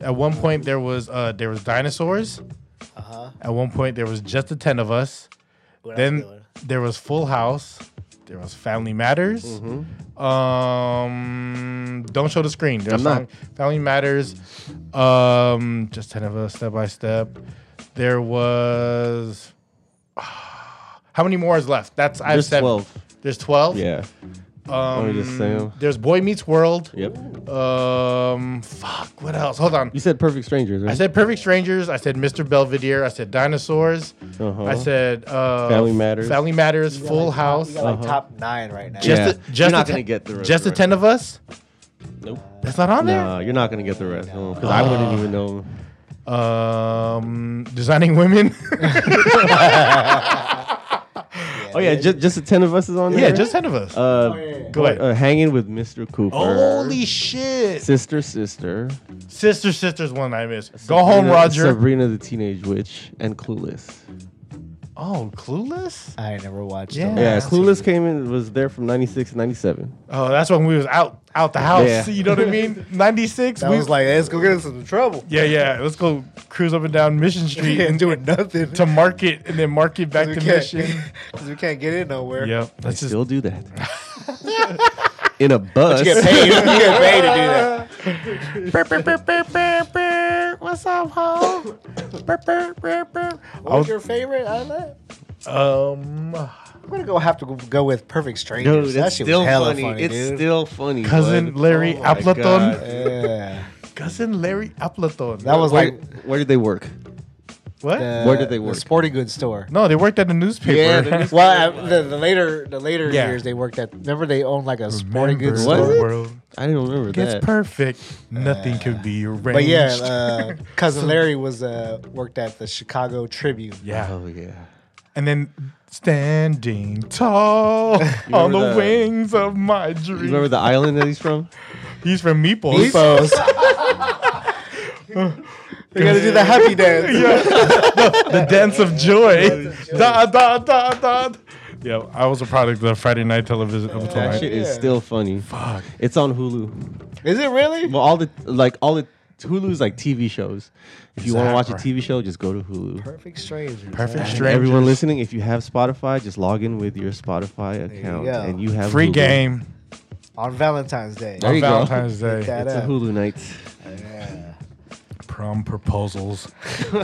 S1: At one point, there was uh, there was dinosaurs. At one point, there was just the ten of us.
S2: What else
S1: Then
S2: you doing?
S1: there was Full House. There was Family Matters. Um, don't show the screen. There
S3: Mm-hmm. I'm
S1: was
S3: not.
S1: Family, Family Matters. Um, just ten of us, step by step. There was. ah, How many more is left? That's I've
S3: There's
S1: said.
S3: 12.
S1: There's twelve.
S3: Yeah.
S1: Um,
S3: Let me just say 'em.
S1: There's Boy Meets World.
S3: Yep.
S1: Um, fuck. What else? Hold on.
S3: You said Perfect Strangers, right?
S1: I said Perfect Strangers. I said Mr. Belvedere. I said Dinosaurs.
S3: Uh-huh.
S1: I said uh,
S3: Family Matters.
S1: Family Matters.
S2: You got
S1: Full
S2: like top-
S1: House.
S2: You got like top nine right now.
S1: Just the,
S3: Yeah. You're
S1: just
S3: not
S1: the
S3: gonna
S1: ten-
S3: get the
S1: just the
S3: rest.
S1: ten of us.
S3: nope.
S1: That's not on
S3: Nah, you're not gonna get the rest of them because I
S1: Oh.
S3: wouldn't even know 'em.
S1: there. Um, designing women.
S3: Oh yeah, just just the ten of us is on there.
S1: yeah, just ten of us.
S3: uh,
S1: Go ahead.
S3: uh, hanging with Mr. Cooper.
S1: Holy
S3: er.
S1: shit!
S3: sister, sister.
S1: Sister, sister's one I missed. Go home,
S3: Sabrina-
S1: Roger.
S3: Sabrina the Teenage Witch and Clueless.
S1: Oh, clueless.
S2: I never watched.
S1: Yeah.
S2: them.
S3: Yeah,
S1: Yeah.
S3: Clueless came in was there from 96 to 97.
S1: Oh, that's when we was out out the house.
S3: Yeah.
S1: You know what I mean? Ninety six.
S2: That
S1: we
S2: was like, let's go get us some trouble.
S1: Yeah, yeah. Let's go cruise up and down Mission Street
S2: and
S1: and
S2: doing nothing.
S1: to market and then market back to Mission.
S2: Because we can't get in nowhere.
S1: Yep.
S3: I
S1: That's just
S3: still do that. in a bus.
S2: You get paid. you get paid to do that.
S1: What's up, ho?
S2: What was your favorite outlet?
S1: um,
S2: I'm gonna go have to go- go with Perfect Strangers.
S3: Dude,
S2: that
S3: it's
S2: shit
S3: still
S2: was hella
S3: funny.
S2: funny.
S3: It's
S2: dude.
S3: still funny.
S1: Cousin
S3: bud. Oh
S1: Larry
S3: my
S1: Appleton.
S3: God.
S2: yeah.
S1: cousin Larry Appleton.
S2: That was
S3: Where,
S2: like
S3: where did they work?
S1: what?
S2: the,
S3: Where did they work?
S2: The sporting goods store.
S1: no, they worked at the newspaper.
S3: the-
S2: Well, I, the, the later the later
S1: Yeah.
S2: years they worked at. Remember they owned like a sporting
S1: Remember
S2: goods
S3: What? Uh,
S1: the
S2: store.
S1: world
S3: I didn't remember
S1: gets
S3: that.
S1: perfect. Nothing could be arranged.
S2: But yeah, uh, cousin Larry was uh, worked at the Chicago Tribune.
S1: yeah.
S3: oh yeah.
S1: And then standing tall on the,
S3: remember the-
S1: wings of my
S3: You remember
S1: dream.
S3: the island that he's from?
S1: He's from Meeples.
S2: Meepos. you gotta do the happy dance.
S1: the dance of joy. da da da da. Yeah, I was a product of Friday night television of
S3: That
S1: tonight.
S3: shit is
S2: Yeah.
S3: still funny.
S1: Fuck.
S3: It's on Hulu.
S2: Is it really?
S3: Well, all the like all the Hulu's like TV shows. If you want to watch a
S1: Exactly.
S3: TV show, just go to Hulu.
S2: Perfect strangers.
S1: Perfect
S2: huh?
S1: Strangers.
S3: And everyone listening, if you have Spotify, just log in with your Spotify account,
S2: go.
S3: and you have
S1: Free
S3: Hulu.
S1: game
S2: On Valentine's Day.
S3: There
S1: on
S3: you go.
S1: Valentine's Day.
S2: that.
S3: It's a
S2: Yeah.
S3: Hulu night.
S2: Yeah.
S1: Prom proposals.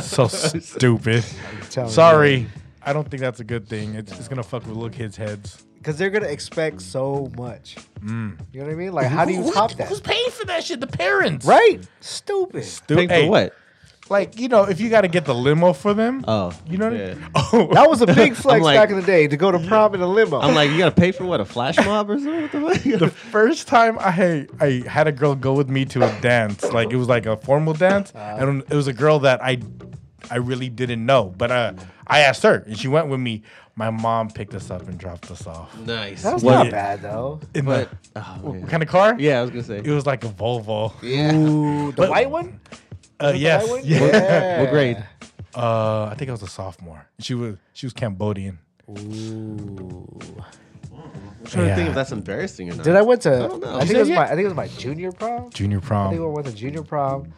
S1: so stupid.
S2: I'm telling you.
S1: Sorry. I don't think that's a good thing. It's, it's gonna fuck with little kids' heads.
S2: Because they're gonna expect so much.
S1: Mm.
S2: You know what I mean? Like, how do you top that?
S1: Who's paying for that shit? The parents,
S2: Right? Stupid.
S1: Dude,
S3: Pay for
S1: hey,
S3: what?
S1: Like you know, if you got to get the limo for them,
S3: Oh,
S1: you know, what I
S3: yeah.
S1: mean? oh,
S2: That was a big flex
S3: like-
S2: back in the day to go to prom in a limo.
S3: I'm like, you gotta pay for what? A flash mob or something? What the
S1: the
S3: fuck?
S1: first time I I had a girl go with me to a dance, like it was like a formal dance,
S2: Uh-huh.
S1: and it was a girl that I I really didn't know, but uh, I asked her and she went with me. My mom picked us up and dropped us off.
S3: nice.
S2: That's
S1: Well,
S2: not
S1: yeah.
S2: bad though.
S1: In
S3: But
S1: the,
S3: oh,
S1: what
S3: man.
S1: kind of car?
S3: yeah, I was gonna say.
S1: it was like a Volvo.
S3: yeah.
S2: Ooh, the
S1: But-
S2: white one?
S1: Uh,
S2: The
S1: yes,
S2: white one?
S1: yeah.
S2: Yeah.
S3: What grade?
S1: Uh, I think I was a sophomore. She was she was Cambodian.
S2: Ooh.
S3: I'm trying to think
S1: Yeah.
S3: if that's embarrassing or not.
S2: Did I went to? I,
S3: don't know.
S2: think
S1: You
S2: it was
S1: said yeah.
S2: my. I think it was my junior prom.
S1: Junior
S2: I think I
S1: prom.
S2: went to junior prom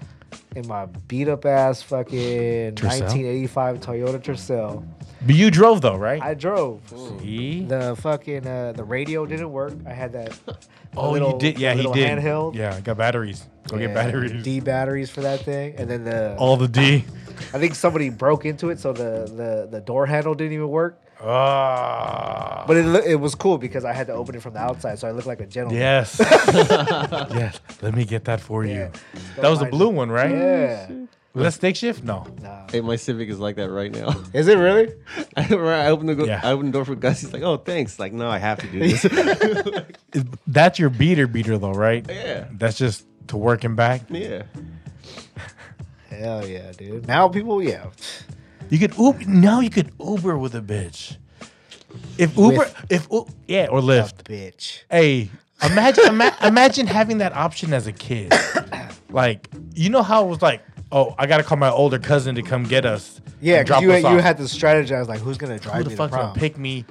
S2: in my beat up ass fucking
S1: Tercel?
S2: 1985 Toyota Tercel.
S1: But you drove though, right?
S2: I drove.
S1: See?
S2: The fucking uh, the radio didn't work. I had that.
S1: oh,
S2: little-
S1: you did. Yeah,
S2: the
S1: he
S2: little
S1: did.
S2: handheld.
S1: Yeah, I got batteries. Go
S2: yeah,
S1: get batteries.
S2: D batteries Oh. for that thing, and then the
S1: All the D.
S2: I think somebody broke into it, so the the, the door handle didn't even work.
S1: Ah.
S2: But it loo- it was cool because I had to open it from the outside, so I looked like a gentleman.
S1: Yes. yes. Let me get that for
S2: Yeah.
S1: you. That was a
S2: mind
S1: blue
S2: it.
S1: one, right?
S2: Yeah.
S1: Was that stick shift? No.
S2: Nah.
S3: Hey, my Civic is like that right now.
S2: Is it really?
S3: I remember I opened the go-
S1: Yeah.
S3: I opened the door for Gus. He's like, "Oh, thanks." Like, no, I have to do this.
S1: Is- That's your beater beater though, right?
S3: yeah,
S1: That's just to work and back.
S3: yeah.
S2: Hell yeah, dude. Now people, yeah.
S1: You could Uber. No, you could Uber with a bitch. If Uber, if U- yeah, or Lyft.
S2: bitch.
S1: Hey, imagine ima- imagine having that option as a kid. Like, you know how it was like, oh, I gotta call my older cousin to come get us.
S2: Yeah,
S1: and
S2: 'cause you,
S1: us
S2: you
S1: off.
S2: had to strategize like who's gonna drive
S1: who
S2: me
S1: the
S2: to
S1: fuck's gonna
S2: prom.
S1: pick me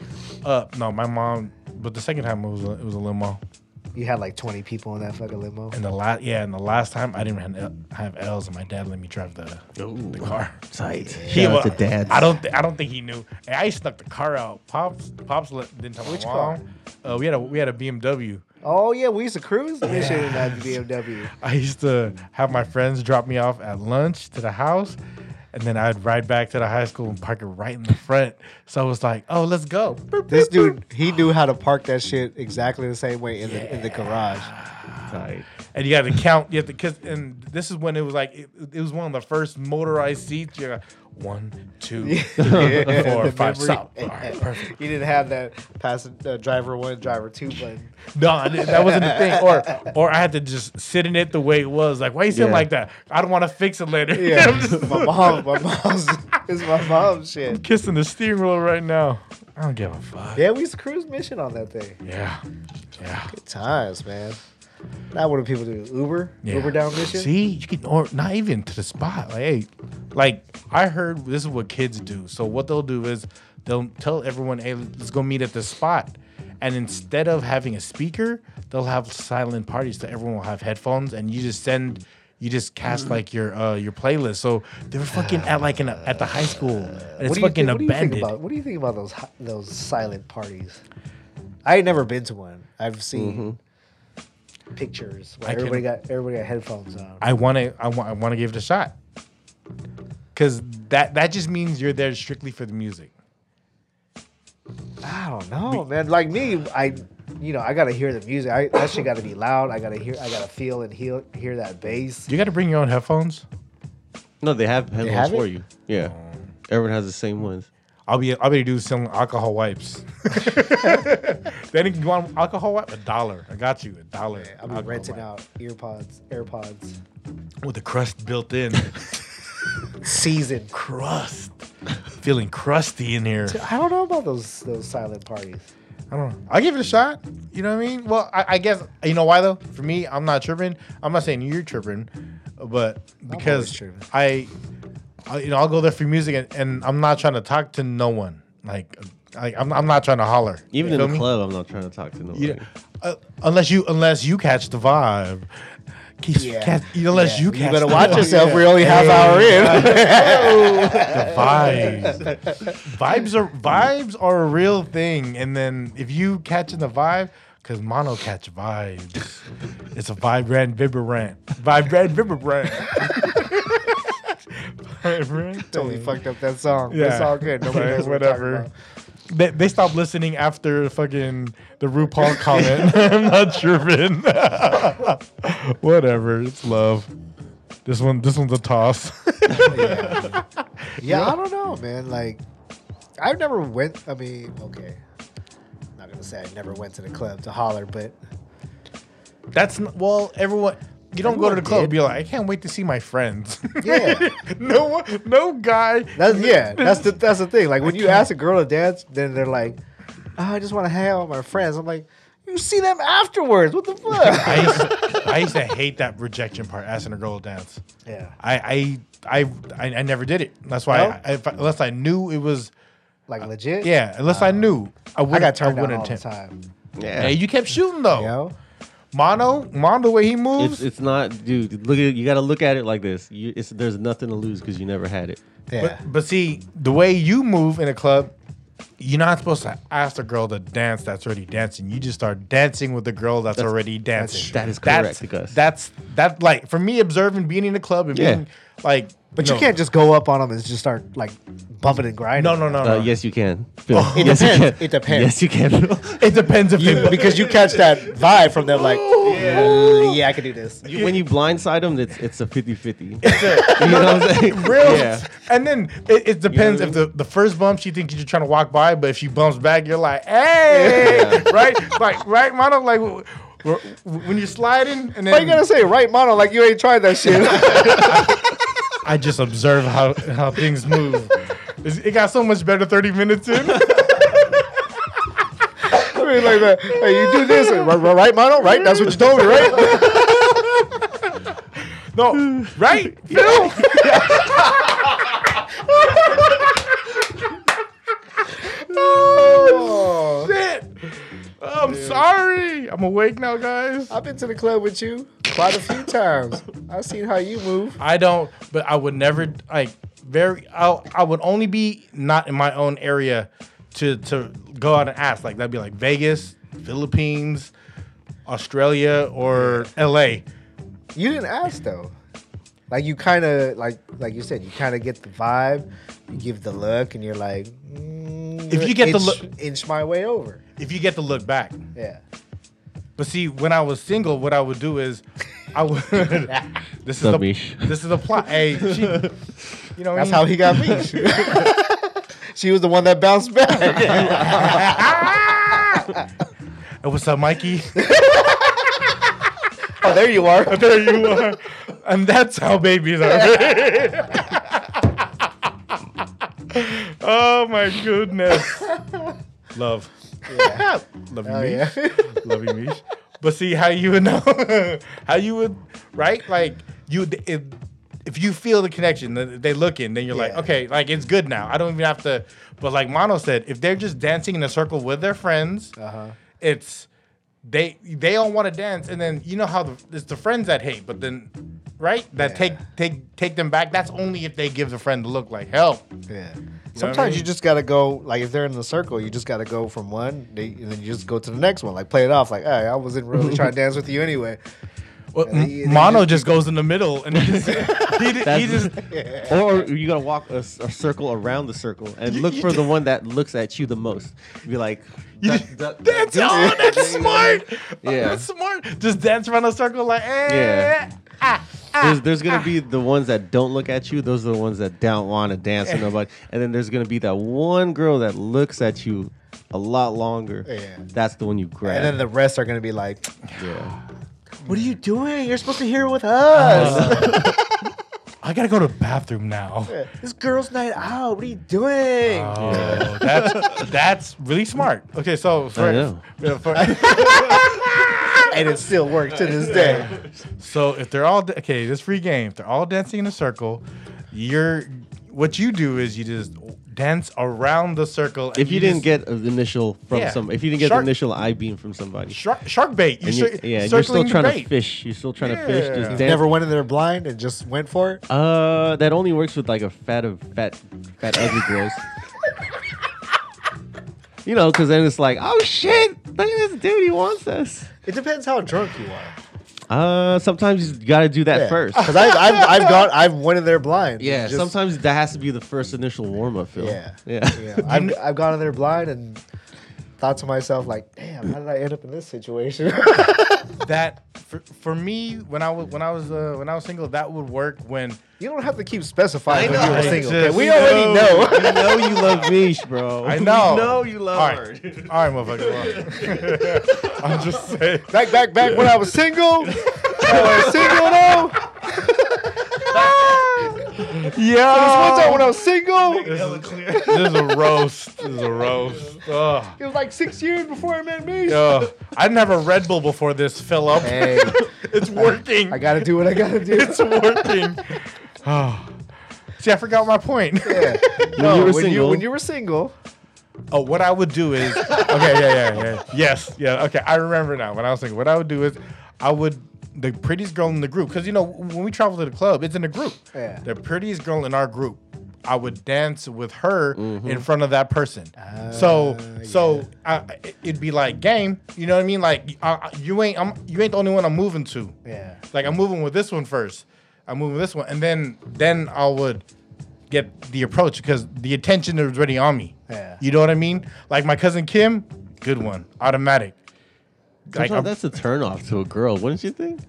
S1: up? No, my mom. But the second time it was a, it was a limo,
S2: You had like twenty people in that fucking limo.
S1: and the last yeah, and the last time I didn't have, L- have L's, and my dad let me drive the the car.
S3: Tight.
S1: He
S3: Shout out
S1: wa-
S3: to dads.
S1: I don't. Th- I don't think he knew. And I snuck the car out. Pops. Pops let, didn't tell Which my mom. Uh, we had a we had a BMW.
S2: Oh yeah, we used to cruise the mission in that BMW.
S1: I used to have my friends drop me off at lunch to the house, and then I'd ride back to the high school and park it right in the front. So it was like, oh, let's go. Boop,
S2: This
S1: boop, boop.
S2: dude, he knew how to park that shit exactly the same way in the in the garage.
S3: Tight.
S1: and you got to count. You have to cause, and this is when it was like it, it was one of the first motorized seats. You're like, one, two, three, four,
S2: The
S1: five,
S2: memory.
S1: stop. All right, perfect.
S2: He didn't have that passenger uh, driver one, driver two button.
S1: No, I didn't- that wasn't the thing. Or or I had to just sit in it the way it was. Like, why you sitting
S3: Yeah.
S1: like that? I don't want to fix it later.
S2: Yeah,
S1: I'm just
S2: my mom, my mom's, it's my mom's shit.
S1: kissing the steering wheel right now. I don't give a fuck.
S2: Yeah, we used to cruise mission on that thing.
S1: Yeah, yeah.
S2: Good times, man. Now what do people do? Uber,
S1: Yeah.
S2: Uber down mission.
S1: See, you can or not even to the spot. Like, hey, like I heard this is what kids do. So what they'll do is they'll tell everyone, hey, let's go meet at this spot. And instead of having a speaker, they'll have silent parties. So everyone will have headphones, and you just send, you just cast like your uh, your playlist. So they were fucking at like an at the high school, and it's
S2: What do
S1: fucking
S2: you think- what do you think
S1: abandoned.
S2: about- What do you think about those hi- those silent parties? I ain't never been to one. I've seen Mm-hmm. pictures where
S1: I
S2: everybody got everybody got headphones on.
S1: I want to. I want. I want to give it a shot. Cause that that just means you're there strictly for the music.
S2: I don't know, man. Like me, I you know I gotta hear the music. I, that shit gotta be loud. I gotta hear. I gotta feel and hear hear that bass.
S1: You got to bring your own headphones.
S3: No, they have
S2: have
S3: headphones
S2: it?
S3: for you. Yeah.
S1: Um,
S3: Everyone has the same ones.
S1: I'll be I'll be do selling alcohol wipes. then if you want alcohol wipe? A dollar. I got you. A dollar.
S2: I'm
S1: Alcohol
S2: renting
S1: wipe.
S2: out earpods, AirPods,
S1: with the crust built in.
S2: seasoned.
S1: crust. Feeling crusty in here.
S2: I don't know about those those silent parties.
S1: I don't know. I'll give it a shot. You know what I mean? Well, I, I guess you know why though? For me, I'm not tripping. I'm not saying you're tripping, but because
S2: tripping.
S1: I, I you know, I'll go there for music and, and I'm not trying to talk to no one. Like like I'm, I'm not trying to holler.
S3: Even
S1: You
S3: in the
S1: feel me?
S3: club, I'm not trying to talk to nobody.
S1: You, uh, unless you unless you catch the vibe. Catch-
S2: Yeah.
S1: catch- unless
S2: Yeah.
S1: you catch
S2: better
S1: the
S2: watch
S1: vibe.
S2: yourself. We're only half hour in.
S1: The vibes. vibes are vibes are a real thing. And then if you catching the vibe, cause mono catch vibes. It's a vibrant vibrant. Vibrant vibrant. vibrant.
S2: totally fucked up that song. but
S1: Yeah.
S2: It's all good. Nobody knows what whatever.
S1: whatever. They, they stopped listening after fucking the RuPaul comment. I'm not tripping. whatever. It's love. This one this one's a toss.
S2: Yeah, I don't know, man. Like, I've never went. I mean, okay, I'm not gonna say I never went to the club to holler, but
S1: That's n well, everyone. You don't go to the
S2: Everyone
S1: club and
S2: did.
S1: be like, I can't wait to see my friends.
S2: yeah,
S1: no one, no guy.
S2: that's yeah, that's the that's the thing. Like when you ask a girl to dance, then they're like, oh, I just want to hang out with my friends. I'm like, you see them afterwards. What the fuck?
S1: I used, to, I used to hate that rejection part, asking a girl to dance.
S2: yeah,
S1: I, I, I, I, I never did it. That's why,
S2: No?
S1: I, if I- unless I knew it was,
S2: like legit.
S1: yeah, unless I knew, I
S2: Uh, I
S1: would.
S2: got turned
S1: I
S2: down
S1: wouldn't
S2: all the
S1: attempt. Oh.
S2: time.
S1: Hey, you kept shooting though.
S2: You know?
S1: Mono, Mono, the way he moves.
S3: It's, it's not, dude. Look at you. Got to look at it like this. You, it's, there's nothing to lose because you never had it.
S2: Yeah.
S1: But, but see, the way you move in a club, you're not supposed to ask a girl to dance that's already dancing. You just start dancing with the girl that's, already dancing.
S3: that is correct,
S1: That's,
S3: Gus.
S1: that's that like for me observing being in a club and
S3: Yeah.
S1: being like
S2: But you can't just go up on them and just start like bumping and grinding.
S1: No, no, no, no.
S3: Uh, yes, you can. Phil.
S2: It
S3: yes,
S2: depends.
S3: You can.
S2: It depends.
S3: Yes, you can. Phil.
S1: It depends if
S2: You-
S1: they
S2: because you catch that vibe from them, like, yeah, I can do this.
S3: You, when you blindside them, it's it's a 50-50. you know what I'm saying?
S1: real.
S3: Yeah.
S1: And then it, it depends
S3: I
S1: if the, the first bump she thinks you're trying to walk by, but if she bumps back, you're like, hey, right, like right, Mono, like w- w- when you're sliding and then
S2: Why you gonna say right mono like you ain't tried that shit?
S1: I just observe how how things move. It's- It got so much better 30 minutes in.
S2: I mean, like that. Hey, you do this, right, right, right, Mono? Right? That's what you told me, right?
S1: no, right? Phil? oh, shit. I'm sorry. I'm awake now, guys.
S2: I've been to the club with you quite a few times. I've seen how you move.
S1: I don't, but I would never like very. I I would only be not in my own area to to go out and ask. Like that'd be like Vegas, Philippines, Australia, or L.A.
S2: You didn't ask though. Like you kind of like like you said, you kind of get the vibe, you give the look, and you're like, mm,
S1: If you get the
S2: inch-
S1: look-
S2: inch my way over.
S1: If you get to look back,
S2: Yeah.
S1: but see, when I was single, what I would do is, I would. this is
S3: Sup,
S1: a
S3: Mish?
S1: this is a plot. Hey, she, you know what I
S2: That's
S1: mean?
S2: how he got me. she was the one that bounced back.
S1: Hey, what's up, Mikey?
S2: oh, there you are.
S1: there you are, and that's how babies are. made. oh my goodness, love, love you,
S2: Oh,
S1: Mish.
S2: yeah.
S1: love you, Mish. But see how you would know, how you would, right? Like you, if, if you feel the connection, th- they look in, then you're like,
S2: Yeah.
S1: okay, like it's good now. I don't even have to. But like Mono said, if they're just dancing in a circle with their friends,
S2: Uh-huh.
S1: it's they they all want to dance, and then you know how the, it's the friends that hate, but then right that
S2: Yeah.
S1: take take take them back. That's only if they give the friend the look like help.
S2: Yeah.
S1: what I
S2: Sometimes you
S1: mean?
S2: just gotta go. Like if they're in the circle, you just gotta go from one, they, and then you just go to the next one. Like play it off. Like, hey, I wasn't really trying to dance with you anyway.
S1: Well,
S2: And they- they
S1: Mono
S2: just-
S1: just, goes in the middle, and he just, he, di- he
S3: That's-
S1: just
S3: Or you gotta walk a, s- a circle around the circle and look for the one that looks at you the most. Be like,
S1: You
S3: duck,
S1: just-
S3: duck, duck,
S1: dance.
S3: duck.
S1: Oh, that's smart. Oh,
S3: Yeah.
S1: that's smart. Just dance around a circle like, eh,
S3: Yeah.
S1: ah, ah.
S3: There's, there's gonna be the ones that don't look at you. Those are the ones that don't want to dance with nobody. And then there's gonna be that one girl that looks at you a lot longer.
S2: Yeah.
S3: That's the one you grab.
S2: And then the rest are gonna be like,
S3: yeah.
S2: "What are you doing? You're supposed to hear with us.
S1: Uh-huh. I gotta go to the bathroom now.
S2: this girl's night out. What are you doing?"
S1: Oh, that's that's really smart. Okay, so for,
S3: know.
S1: yeah, for-
S2: and it still works to this day.
S1: So if they're all okay, this free game. If they're all dancing in a circle, you're what you do is you just dance around the circle. and
S3: If you, didn't
S1: just-
S3: get an initial from
S1: Yeah.
S3: some, if you didn't get
S1: Shark-
S3: the initial I beam from somebody,
S1: shark, shark bait, you're,
S3: and you,
S1: cir-
S3: yeah, and
S1: circling
S3: you're still
S1: the
S3: trying
S1: bait.
S3: to fish. You're still trying to fish.
S1: Yeah.
S3: Just
S1: You
S3: dance.
S2: Never went in there blind and just went for it.
S3: Uh, that only works with like a fat of fat, fat ugly girls. you know, because then it's like, oh shit, look at this dude, he wants us.
S2: It depends how drunk you are.
S3: Uh, sometimes you gotta do that first.
S2: because I've, I've, I've gone. I've went in there blind.
S3: Yeah,
S2: Just-
S3: sometimes that has to be the first initial warm up, Phil.
S2: Yeah.
S3: yeah.
S2: Yeah, I've, I've gone in there blind and thought to myself like, "Damn, how did I end up in this situation?"
S1: That for, for me when I was when I was uh, when I was single, that would work when
S2: you don't have to keep specifying when
S3: know.
S2: you were
S3: I
S2: single.
S1: just
S2: okay? We already know.
S3: we know you love Mish, bro.
S1: I know.
S3: We know you love
S1: all right, all
S3: her.
S1: right, motherfucker. well, I'm just saying.
S2: back, back, back when I was single. I was single though. This one time
S1: Yeah,
S2: when I was single,
S1: this is a roast. This is a roast. Ugh.
S2: it was like six years before I met me.
S1: Ugh. I didn't have a Red Bull before this, Philip.
S2: Hey,
S1: It's working.
S2: I gotta do what I gotta do.
S1: it's working. See, I forgot my point.
S2: Yeah.
S3: When you were
S2: when
S3: single,
S2: you when you were single,
S1: Oh, what I would do is okay, yeah, yeah, yeah. Yes, yeah, okay. I remember now. When I was thinking, what I would do is I would the prettiest girl in the group because you know when we travel to the club, it's in a group.
S2: Yeah.
S1: The prettiest girl in our group, I would dance with her in front of that person. so, so I, it'd be like game. You know what I mean? Like I, I- you ain't, I'm, you ain't the only one I'm moving to.
S2: yeah,
S1: Like I'm moving with this one first. I'm moving this one, and then then I would get the approach because the attention is already on me.
S2: Yeah.
S1: You know what I mean? Like my cousin Kim, good one, automatic. Like
S3: Sometimes
S1: I'm-
S3: that's a turnoff to a girl, wouldn't you think?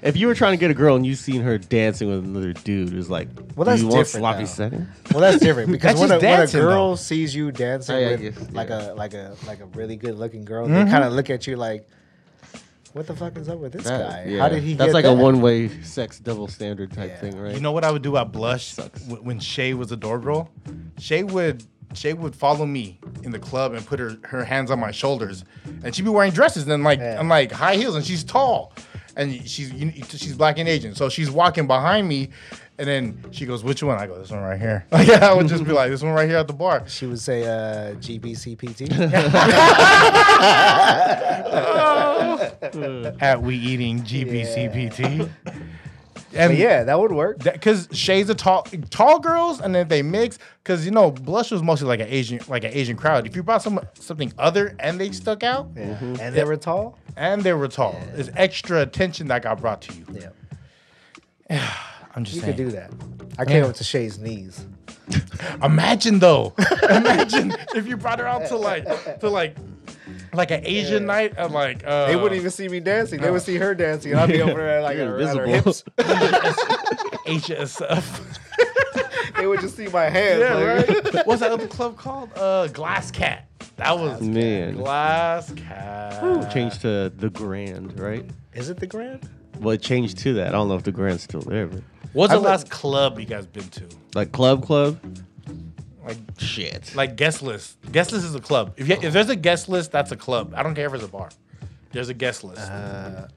S3: If you were trying to get a girl and you seen her dancing with another dude, it was like,
S2: Well,
S3: do
S2: that's
S3: you want
S2: different,
S3: sloppy
S2: though.
S3: seconds?
S2: Well, that's different because
S1: That's
S2: when a,
S1: just
S2: when a
S1: dancing,
S2: girl
S1: though.
S2: sees you dancing
S3: I- I
S2: with
S3: guess,
S2: like
S3: Oh,
S2: a
S3: yeah.
S2: like a like a really good looking girl,
S4: Mm-hmm.
S2: they kind of look at you like, "What the fuck is up with this guy? How did he?"
S3: That's
S2: get
S3: like a
S2: that?"
S3: one-way sex double standard type
S2: Yeah.
S3: thing, right?
S1: you know what I would do? I blush
S3: Sucks.
S1: w- when Shay was a door girl. Shay would Shay would follow me in the club and put her, her hands on my shoulders, and she'd be wearing dresses and like
S2: Yeah.
S1: and like high heels, and she's tall, and she's you, she's black and Asian, so she's walking behind me, and then she goes, "Which one?" I go, "This one right here." Like I would just be like, "This one right here at the bar."
S2: She would say uh, GBCPT.
S1: At we eating GBCPT,
S2: But
S1: and
S2: yeah, that would work.
S1: because Shay's a tall tall girls, and then they mix because you know Blush was mostly like an Asian like an Asian crowd. If you brought some something other and they stuck out
S2: Yeah.
S3: Mm-hmm.
S2: And they were tall.
S1: and they were tall, it's extra attention that got brought to you.
S2: Yeah.
S1: I'm just
S2: You
S1: saying.
S2: could do that. I came up to Shay's knees.
S1: Imagine though, imagine if you brought her out to like to like like an Asian night and like uh,
S4: They wouldn't even see me dancing.
S2: Oh.
S4: They would see her dancing. I'd be over there like
S3: You're
S4: at her- at her
S3: invisible.
S4: hips.
S1: HSF.
S4: They would just see my hands.
S1: yeah,
S4: like,
S1: right. What's that other club called? Uh, Glass Cat. That was
S3: Man.
S1: Glass Cat.
S3: Changed to the Grand, right?
S2: Is it the Grand?
S3: Well, it changed to that. I don't know if the Grand's still there, but
S1: What's
S4: I
S1: the
S4: would-
S1: last club you guys been to?
S3: like Club Club.
S1: Like
S3: Shit.
S1: like guest list. Guest list is a club. If, you, if there's a guest list, that's a club. I don't care if it's a bar. There's a guest list.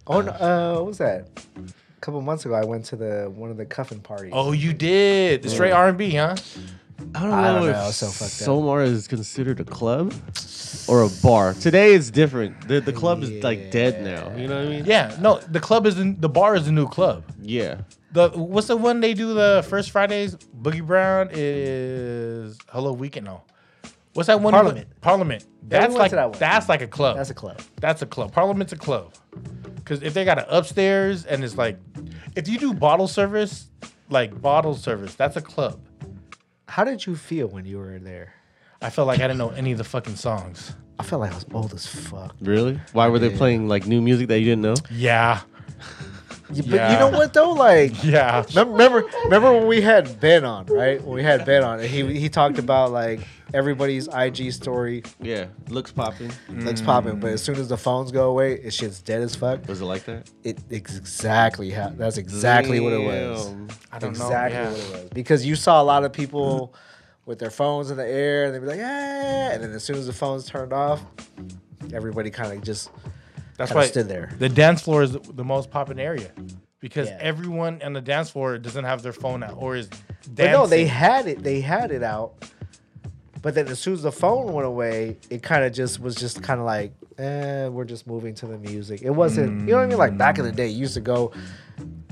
S2: Oh, no, uh, what was that? A couple months ago, I went to the one of the cuffing parties.
S1: oh, you did the straight R and B, huh?
S3: I don't know,
S2: I don't
S3: if
S2: know, so fucked up.
S3: Somar is considered a club or a bar. Today it's different. The, the club is like dead now. You know what I mean?
S1: Yeah. No, the club is in, the bar is the new club.
S3: Yeah.
S1: The what's the one they do the first Fridays? Boogie Brown is Hello Weekend. No, what's that one?
S2: Parliament.
S1: Parliament.
S2: we
S1: That's
S2: went
S1: like
S2: to that one.
S1: that's like a club.
S2: That's a club.
S1: That's a club. Parliament's a club. Because if they got an upstairs and it's like, if you do bottle service, like bottle service, that's a club.
S2: How did you feel when you were there?
S1: I felt like I didn't know any of the fucking songs.
S2: I felt like I was old as fuck.
S3: Really? Why were they playing like new music that you didn't know?
S1: Yeah.
S2: Yeah,
S1: Yeah.
S2: But you know what though? Like,
S1: Yeah.
S2: remember, remember, remember when we had Ben on, right? When we had Ben on, and he he talked about like everybody's IG story
S3: Yeah. Looks popping.
S2: looks popping, but as soon as the phones go away, it shit's dead as fuck.
S3: Was it like that?
S2: It it's exactly how. That's exactly what it was.
S3: Damn.
S1: I don't
S2: exactly
S1: know. Yeah.
S2: what it was. Because you saw a lot of people with their phones in the air and they'd be like, yeah. And then as soon as the phones turned off, everybody kind of just
S1: That's
S2: kinda
S1: why
S2: stood there.
S1: the dance floor is the most popping area because
S2: Yeah.
S1: everyone on the dance floor doesn't have their phone out or is
S2: But
S1: dancing.
S2: no, they had it. They had it out. But then as soon as the phone went away, it kind of just was just kind of like, eh, we're just moving to the music. It wasn't, you know what I mean? Like back in the day, you used to go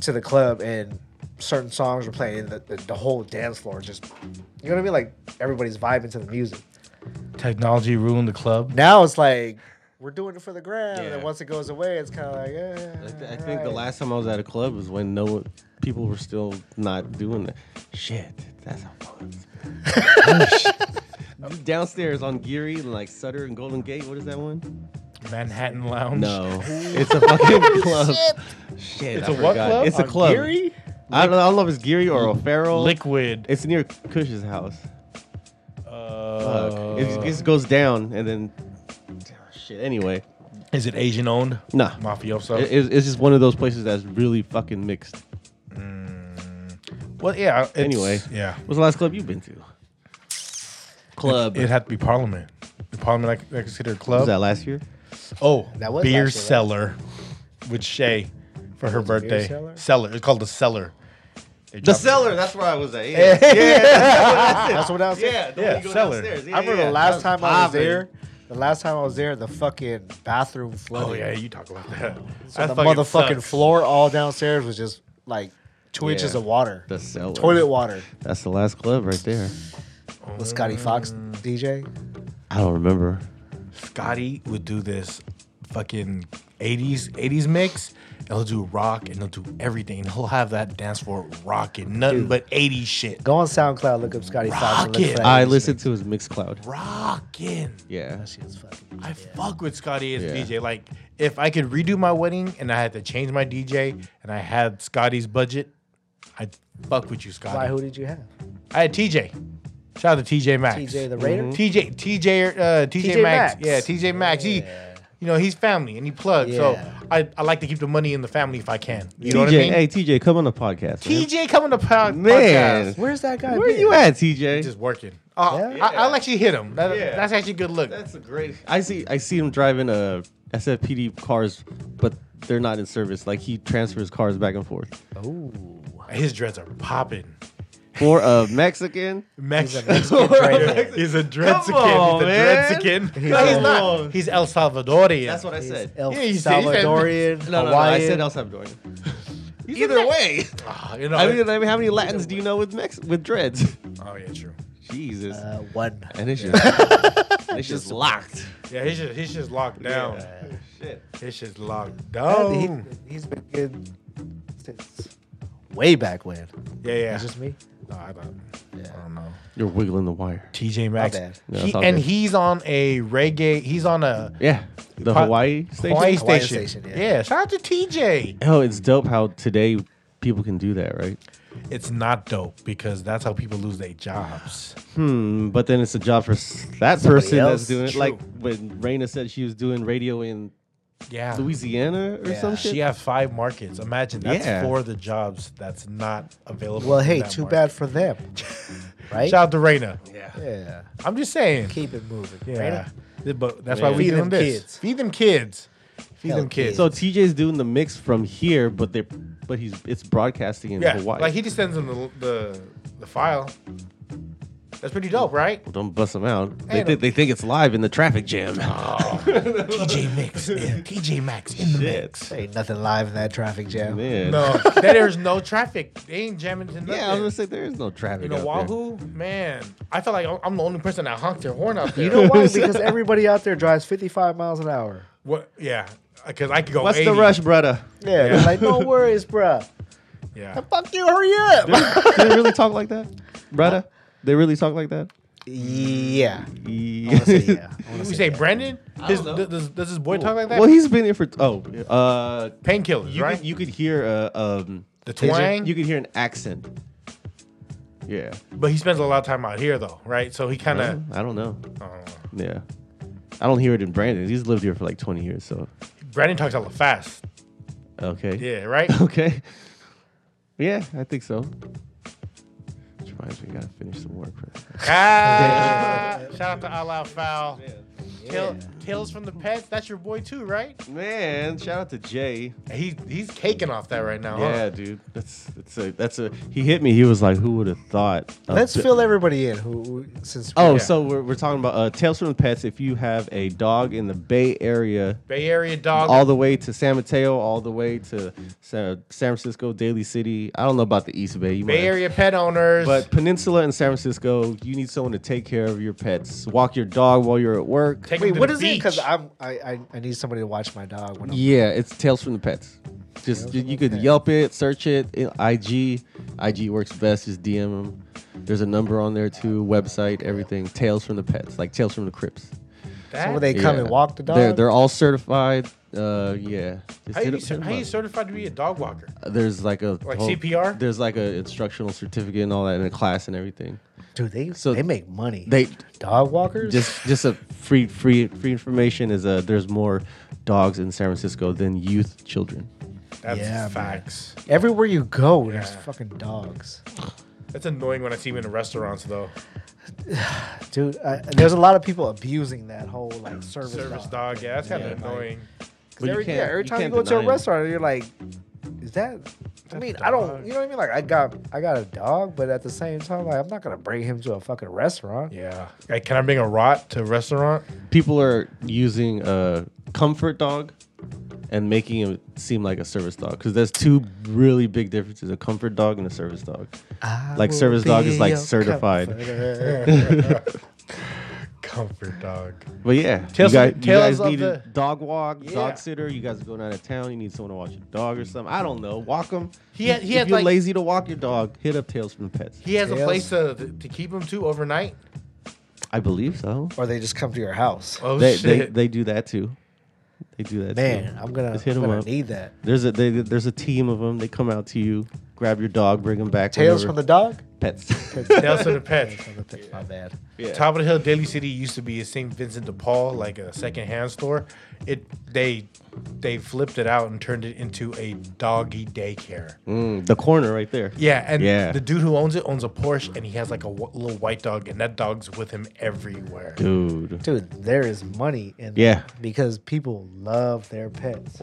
S2: to the club and certain songs were playing and the, the, the whole dance floor just, you know what I mean? Like everybody's vibing to the music.
S1: Technology ruined the club.
S2: Now it's like, we're doing it for the gram. And then
S3: Yeah.
S2: once it goes away, it's kind of like, eh.
S3: I, th- I think the
S2: alright.
S3: last time I was at a club was when no people were still not doing that. Shit, that's how fun. Downstairs on Geary and like Sutter and Golden Gate. What is that one?
S1: Manhattan Lounge.
S3: No, it's a fucking club. Shit,
S1: It's
S3: I
S1: a what
S3: forgot.
S1: club?
S3: It's a
S1: On
S3: club.
S2: Geary?
S3: I don't, know, I don't know if it's Geary or O'Farrell.
S1: Liquid.
S3: It's near Cush's house.
S1: Uh,
S3: It, it just goes down and then. ah, Shit. Anyway,
S1: is it Asian owned?
S3: Nah.
S1: Mafioso.
S3: it, it's- it's just one of those places that's really fucking mixed.
S1: well, yeah. it's-
S3: Anyway.
S1: Yeah.
S3: What's the last club you've been to?
S2: Uh,
S3: Club.
S1: It had to be Parliament. The Parliament I, I consider a
S3: was
S1: club.
S3: that last year?
S1: Oh,
S2: That was
S1: beer
S2: last year, right?
S1: cellar with Shay for her birthday.
S2: cellar?
S1: cellar. It's called the cellar. They
S3: The
S1: dropped-
S3: cellar. That's where I was at. Yeah,
S2: Ah, That's what I was saying.
S3: yeah, the
S1: Yeah,
S3: one you go
S1: cellar.
S3: downstairs.
S2: I remember the last time I was
S3: poppin'.
S2: there. The last time I was there, the fucking bathroom flooded.
S1: Oh yeah, you talk about that.
S2: So
S1: That
S2: the
S1: fucking
S2: motherfucking
S1: sucks.
S2: floor all downstairs was just like two
S3: Yeah.
S2: inches of water.
S3: The cellar.
S2: Toilet water.
S3: That's the last club right there.
S2: With Scotty Fox DJ.
S3: I don't remember.
S1: Scotty would do this fucking 80s 80s mix. and He'll do rock and he'll do everything. He'll have that dance floor rocking, nothing but 80s shit.
S2: Go on SoundCloud, look up Scotty Fox. And look
S1: Rocket.
S2: for that
S3: I
S2: music.
S3: listened to his Mixcloud.
S1: Rocking.
S3: Yeah.
S2: She was fucking.
S1: I fuck with Scotty as a
S3: Yeah.
S1: DJ. Like, if I could redo my wedding and I had to change my DJ and I had Scotty's budget, I'd fuck with you,
S2: Why?
S1: Scotty.
S2: Who did you have?
S1: I had TJ. Shout out to TJ Maxx. Mm-hmm.
S2: TJ the Raider?
S1: TJ TJ uh, TJ,
S2: TJ
S1: Maxx.
S2: Maxx.
S1: Yeah, TJ Maxx. He, you know, he's family and he plugs.
S2: Yeah.
S1: So I, I like to keep the money in the family if I can. You
S3: TJ,
S1: know what I mean?
S3: hey TJ, come on the podcast. man.
S1: TJ coming to pod-
S3: Man.
S1: podcast.
S2: Where's that guy?
S3: Where
S2: been?
S3: you at, TJ?
S1: Just working. Uh,
S2: Yeah.
S1: I, I'll actually hit him. That,
S3: Yeah.
S1: That's actually good look.
S3: That's a great. I see. I see him driving uh SFPD cars, but they're not in service. Like he transfers cars back and forth.
S1: His dreads are popping.
S3: For a Mexican,
S1: Mexican. He's
S3: Or
S1: a
S3: a
S1: Dreadsican.
S3: Mexican.
S1: He's a Dreadsican.
S3: on, man.
S1: No, he's not.
S3: on.
S1: He's El Salvadorian.
S3: that's what I said.
S2: El
S1: Yeah, you said- you said-
S2: Salvadorian,
S3: no, no, no, I
S2: Hawaiian.
S3: said El Salvadorian.
S1: Either
S3: Either way,
S1: Ah, you know,
S3: I mean, I mean, how many Latins do you know with Mex with dreads?
S1: oh yeah, true.
S3: Jesus,
S2: uh, one.
S3: and it's just it's just locked.
S1: Yeah, he's just he's just locked down.
S3: Shit.
S1: He's just locked
S3: Oh.
S2: He,
S1: down.
S2: he's been good since way back when.
S1: Yeah, yeah.
S2: It's just me.
S1: No, I don't. I don't know.
S3: You're wiggling the wire.
S1: TJ Maxx.
S2: bad.
S3: No,
S1: He-
S3: it's all
S1: and
S3: good.
S1: he's on a reggae. He's on a
S3: Yeah, the
S1: Pro-
S3: Hawaii station.
S1: Hawaii station.
S2: Hawaii station,
S1: yeah.
S2: yeah.
S1: shout out to TJ.
S3: Oh, it's dope how today people can do that, right?
S1: It's not dope because that's how people lose their jobs.
S3: Hmm, but then it's a job for s- that person
S2: else.
S3: that's doing it.
S1: True.
S3: Like when Raina said she was doing radio in
S1: Yeah.
S3: Louisiana or
S2: Yeah.
S3: some shit.
S1: She had five markets. Imagine that's
S3: Yeah.
S1: for the jobs that's not available.
S2: Well,
S1: in
S2: hey,
S1: that
S2: too
S1: market.
S2: bad for them, right?
S1: Shout out to Raina.
S2: yeah,
S1: I'm just saying.
S2: keep it moving.
S1: Yeah.
S2: Right?
S1: Th- But that's why
S3: Man.
S1: we
S2: Feed
S1: feed them
S2: them
S1: this.
S2: kids.
S1: Feed them kids. Feed
S2: Hell,
S1: them kids.
S2: kids.
S3: So TJ's doing the mix from here, but they but he's it's broadcasting in
S1: yeah,
S3: Hawaii.
S1: like he just sends them the, the the file. That's pretty dope, right?
S3: Well, don't bust them out. They,
S1: Ain't
S3: think they think it's live in the traffic jam.
S1: TJ Mix, TJ Maxx in the mix.
S2: There ain't nothing live in that traffic jam.
S3: Man.
S1: No, there's no traffic. They ain't jamming to nothing.
S3: Yeah, I was gonna say there is no traffic.
S1: you know,
S3: out there.
S1: Wahoo, man. I feel like I'm- I'm the only person that honked their horn out there.
S2: You know why? Because everybody out there drives 55 miles an hour.
S1: what? Yeah, because I could go.
S3: What's
S1: 80.
S3: the rush, brother?
S2: Yeah,
S1: Yeah.
S2: they're like, no worries, bruh.
S1: Yeah,
S2: Fuck you, hurry up.
S3: Do they really talk like that, brother? They really talk like that?
S2: yeah.
S1: Oh,
S2: I
S3: Yeah.
S2: wanna say yeah. I wanna
S1: you
S2: say
S1: say
S2: yeah.
S1: Brandon? His,
S3: don't
S1: does,
S3: know.
S1: does, does this boy talk like that?
S3: well, he's been here for oh, uh,
S1: Painkillers,
S3: you
S1: right?
S3: could, you could hear uh, um
S1: The
S3: is it-
S1: twang?
S3: You could hear an accent. Yeah,
S1: But he spends a lot of time out here, though, right? So he kind of.
S3: I don't know.
S1: Uh-huh.
S3: Yeah, I don't hear it in Brandon. He's lived here for like twenty years, so
S1: Brandon talks hella fast.
S3: okay.
S1: Yeah, right?
S3: Okay. Yeah, I think so. Which reminds me, gotta finish some work. For that.
S1: ah, shout out to All Out Foul. Tail, Tales from the Pets, that's your boy too, right?
S3: Man, shout out to Jay.
S1: He he's caking off that right now.
S3: Yeah,
S1: Yeah.
S3: dude, that's that's a that's a. He hit me. He was like, "Who would have thought?" a
S2: Let's
S3: bi-
S2: fill everybody in who, who since
S3: Oh,
S1: Yeah.
S3: so we're, we're talking about uh, Tales from the Pets. If you have a dog in the Bay Area,
S1: Bay Area dog.
S3: all the way to San Mateo, all the way to San, San Francisco, Daly City. I don't know about the East Bay. You
S1: Bay
S3: might-
S1: Area pet owners.
S3: But Peninsula and San Francisco, you need someone to take care of your pets. Walk your dog while you're at work.
S1: Take
S2: wait,
S1: him to
S2: what
S1: the
S2: is it? Because
S1: beach.
S2: I'm I, I I need somebody to watch my dog when I'm
S3: yeah, it's Tales from the Pets. Just you, you could Yelp it, search it, i- IG. IG works best. Just DM them. There's a number on there too. Website, everything. Tales from the Pets, like Tales from the Crips.
S1: That-
S2: when they come
S3: Yeah.
S2: and walk the dog.
S3: They're they're all certified. Uh, yeah. Just
S1: how
S3: hit
S1: you,
S3: up-
S1: cer-
S3: hit
S1: how
S3: 'em
S1: you
S3: up.
S1: certified to be a dog walker?
S3: There's like a
S1: Like CPR?
S3: There's like a instructional certificate and all that, and a class and everything.
S2: Dude, they
S3: so
S2: they make money.
S3: They
S2: dog walkers.
S3: just just a free free free information is uh there's more dogs in San Francisco than youth children.
S1: That's
S2: Yeah, man.
S1: facts.
S2: everywhere you go, there's
S1: Yeah.
S2: fucking dogs.
S1: That's annoying when I see him in the restaurants though.
S2: Dude, I, there's a lot of people abusing that whole like service,
S1: Service
S2: dog.
S1: dog, yeah, that's kind of
S3: Yeah, like-
S1: annoying.
S2: Because every, yeah, every time you,
S3: can't
S2: go to a
S3: deny it.
S2: restaurant, you're like, is that? I mean, I
S1: dog.
S2: don't. You know what I mean? Like, I got, I got a dog, but at the same time, like, I'm not gonna bring him to a fucking restaurant.
S1: Yeah. Like, can I bring a rot to a restaurant?
S3: people are using a comfort dog and making it seem like a service dog because there's two really big differences: a comfort dog and a service dog. Like service dog is like certified,
S1: Comfort dog.
S3: but yeah,
S1: Tales
S3: you guys,
S1: of-
S3: you guys
S1: tales of
S3: need a
S1: the-
S3: dog walk,
S1: Yeah.
S3: dog sitter. You guys are going out of town. You need someone to watch your dog or something. I don't know. Walk them.
S1: He had- he
S3: if
S1: had,
S3: you're
S1: like-
S3: lazy to walk your dog, hit up Tails from the Pets.
S1: He has a
S2: Tails.
S1: place to, to keep him to overnight.
S3: I believe so.
S2: Or they just come to your house.
S1: Oh
S3: they, they
S1: shit!
S3: they do that too. They do that.
S2: Man,
S3: too.
S2: I'm gonna,
S3: Just hit
S2: I'm
S3: 'em
S2: gonna
S3: up.
S2: need that.
S3: There's a they, there's a team of them. They come out to you, grab your dog, bring him back.
S2: Tails
S3: whenever-
S2: from the dog.
S3: pets.
S1: Tales of the Pet.
S2: My bad.
S3: Yeah.
S1: Top of the Hill Daily City used to be a St. Vincent de Paul, like a secondhand store. It they they flipped it out and turned it into a doggy daycare.
S3: Mm, the corner right there.
S1: Yeah, and
S3: Yeah.
S1: the dude who owns it owns a Porsche, and he has like a w- little white dog, and that dog's with him everywhere.
S3: Dude.
S2: Dude, there is money in
S3: Yeah.
S2: that because people love their pets.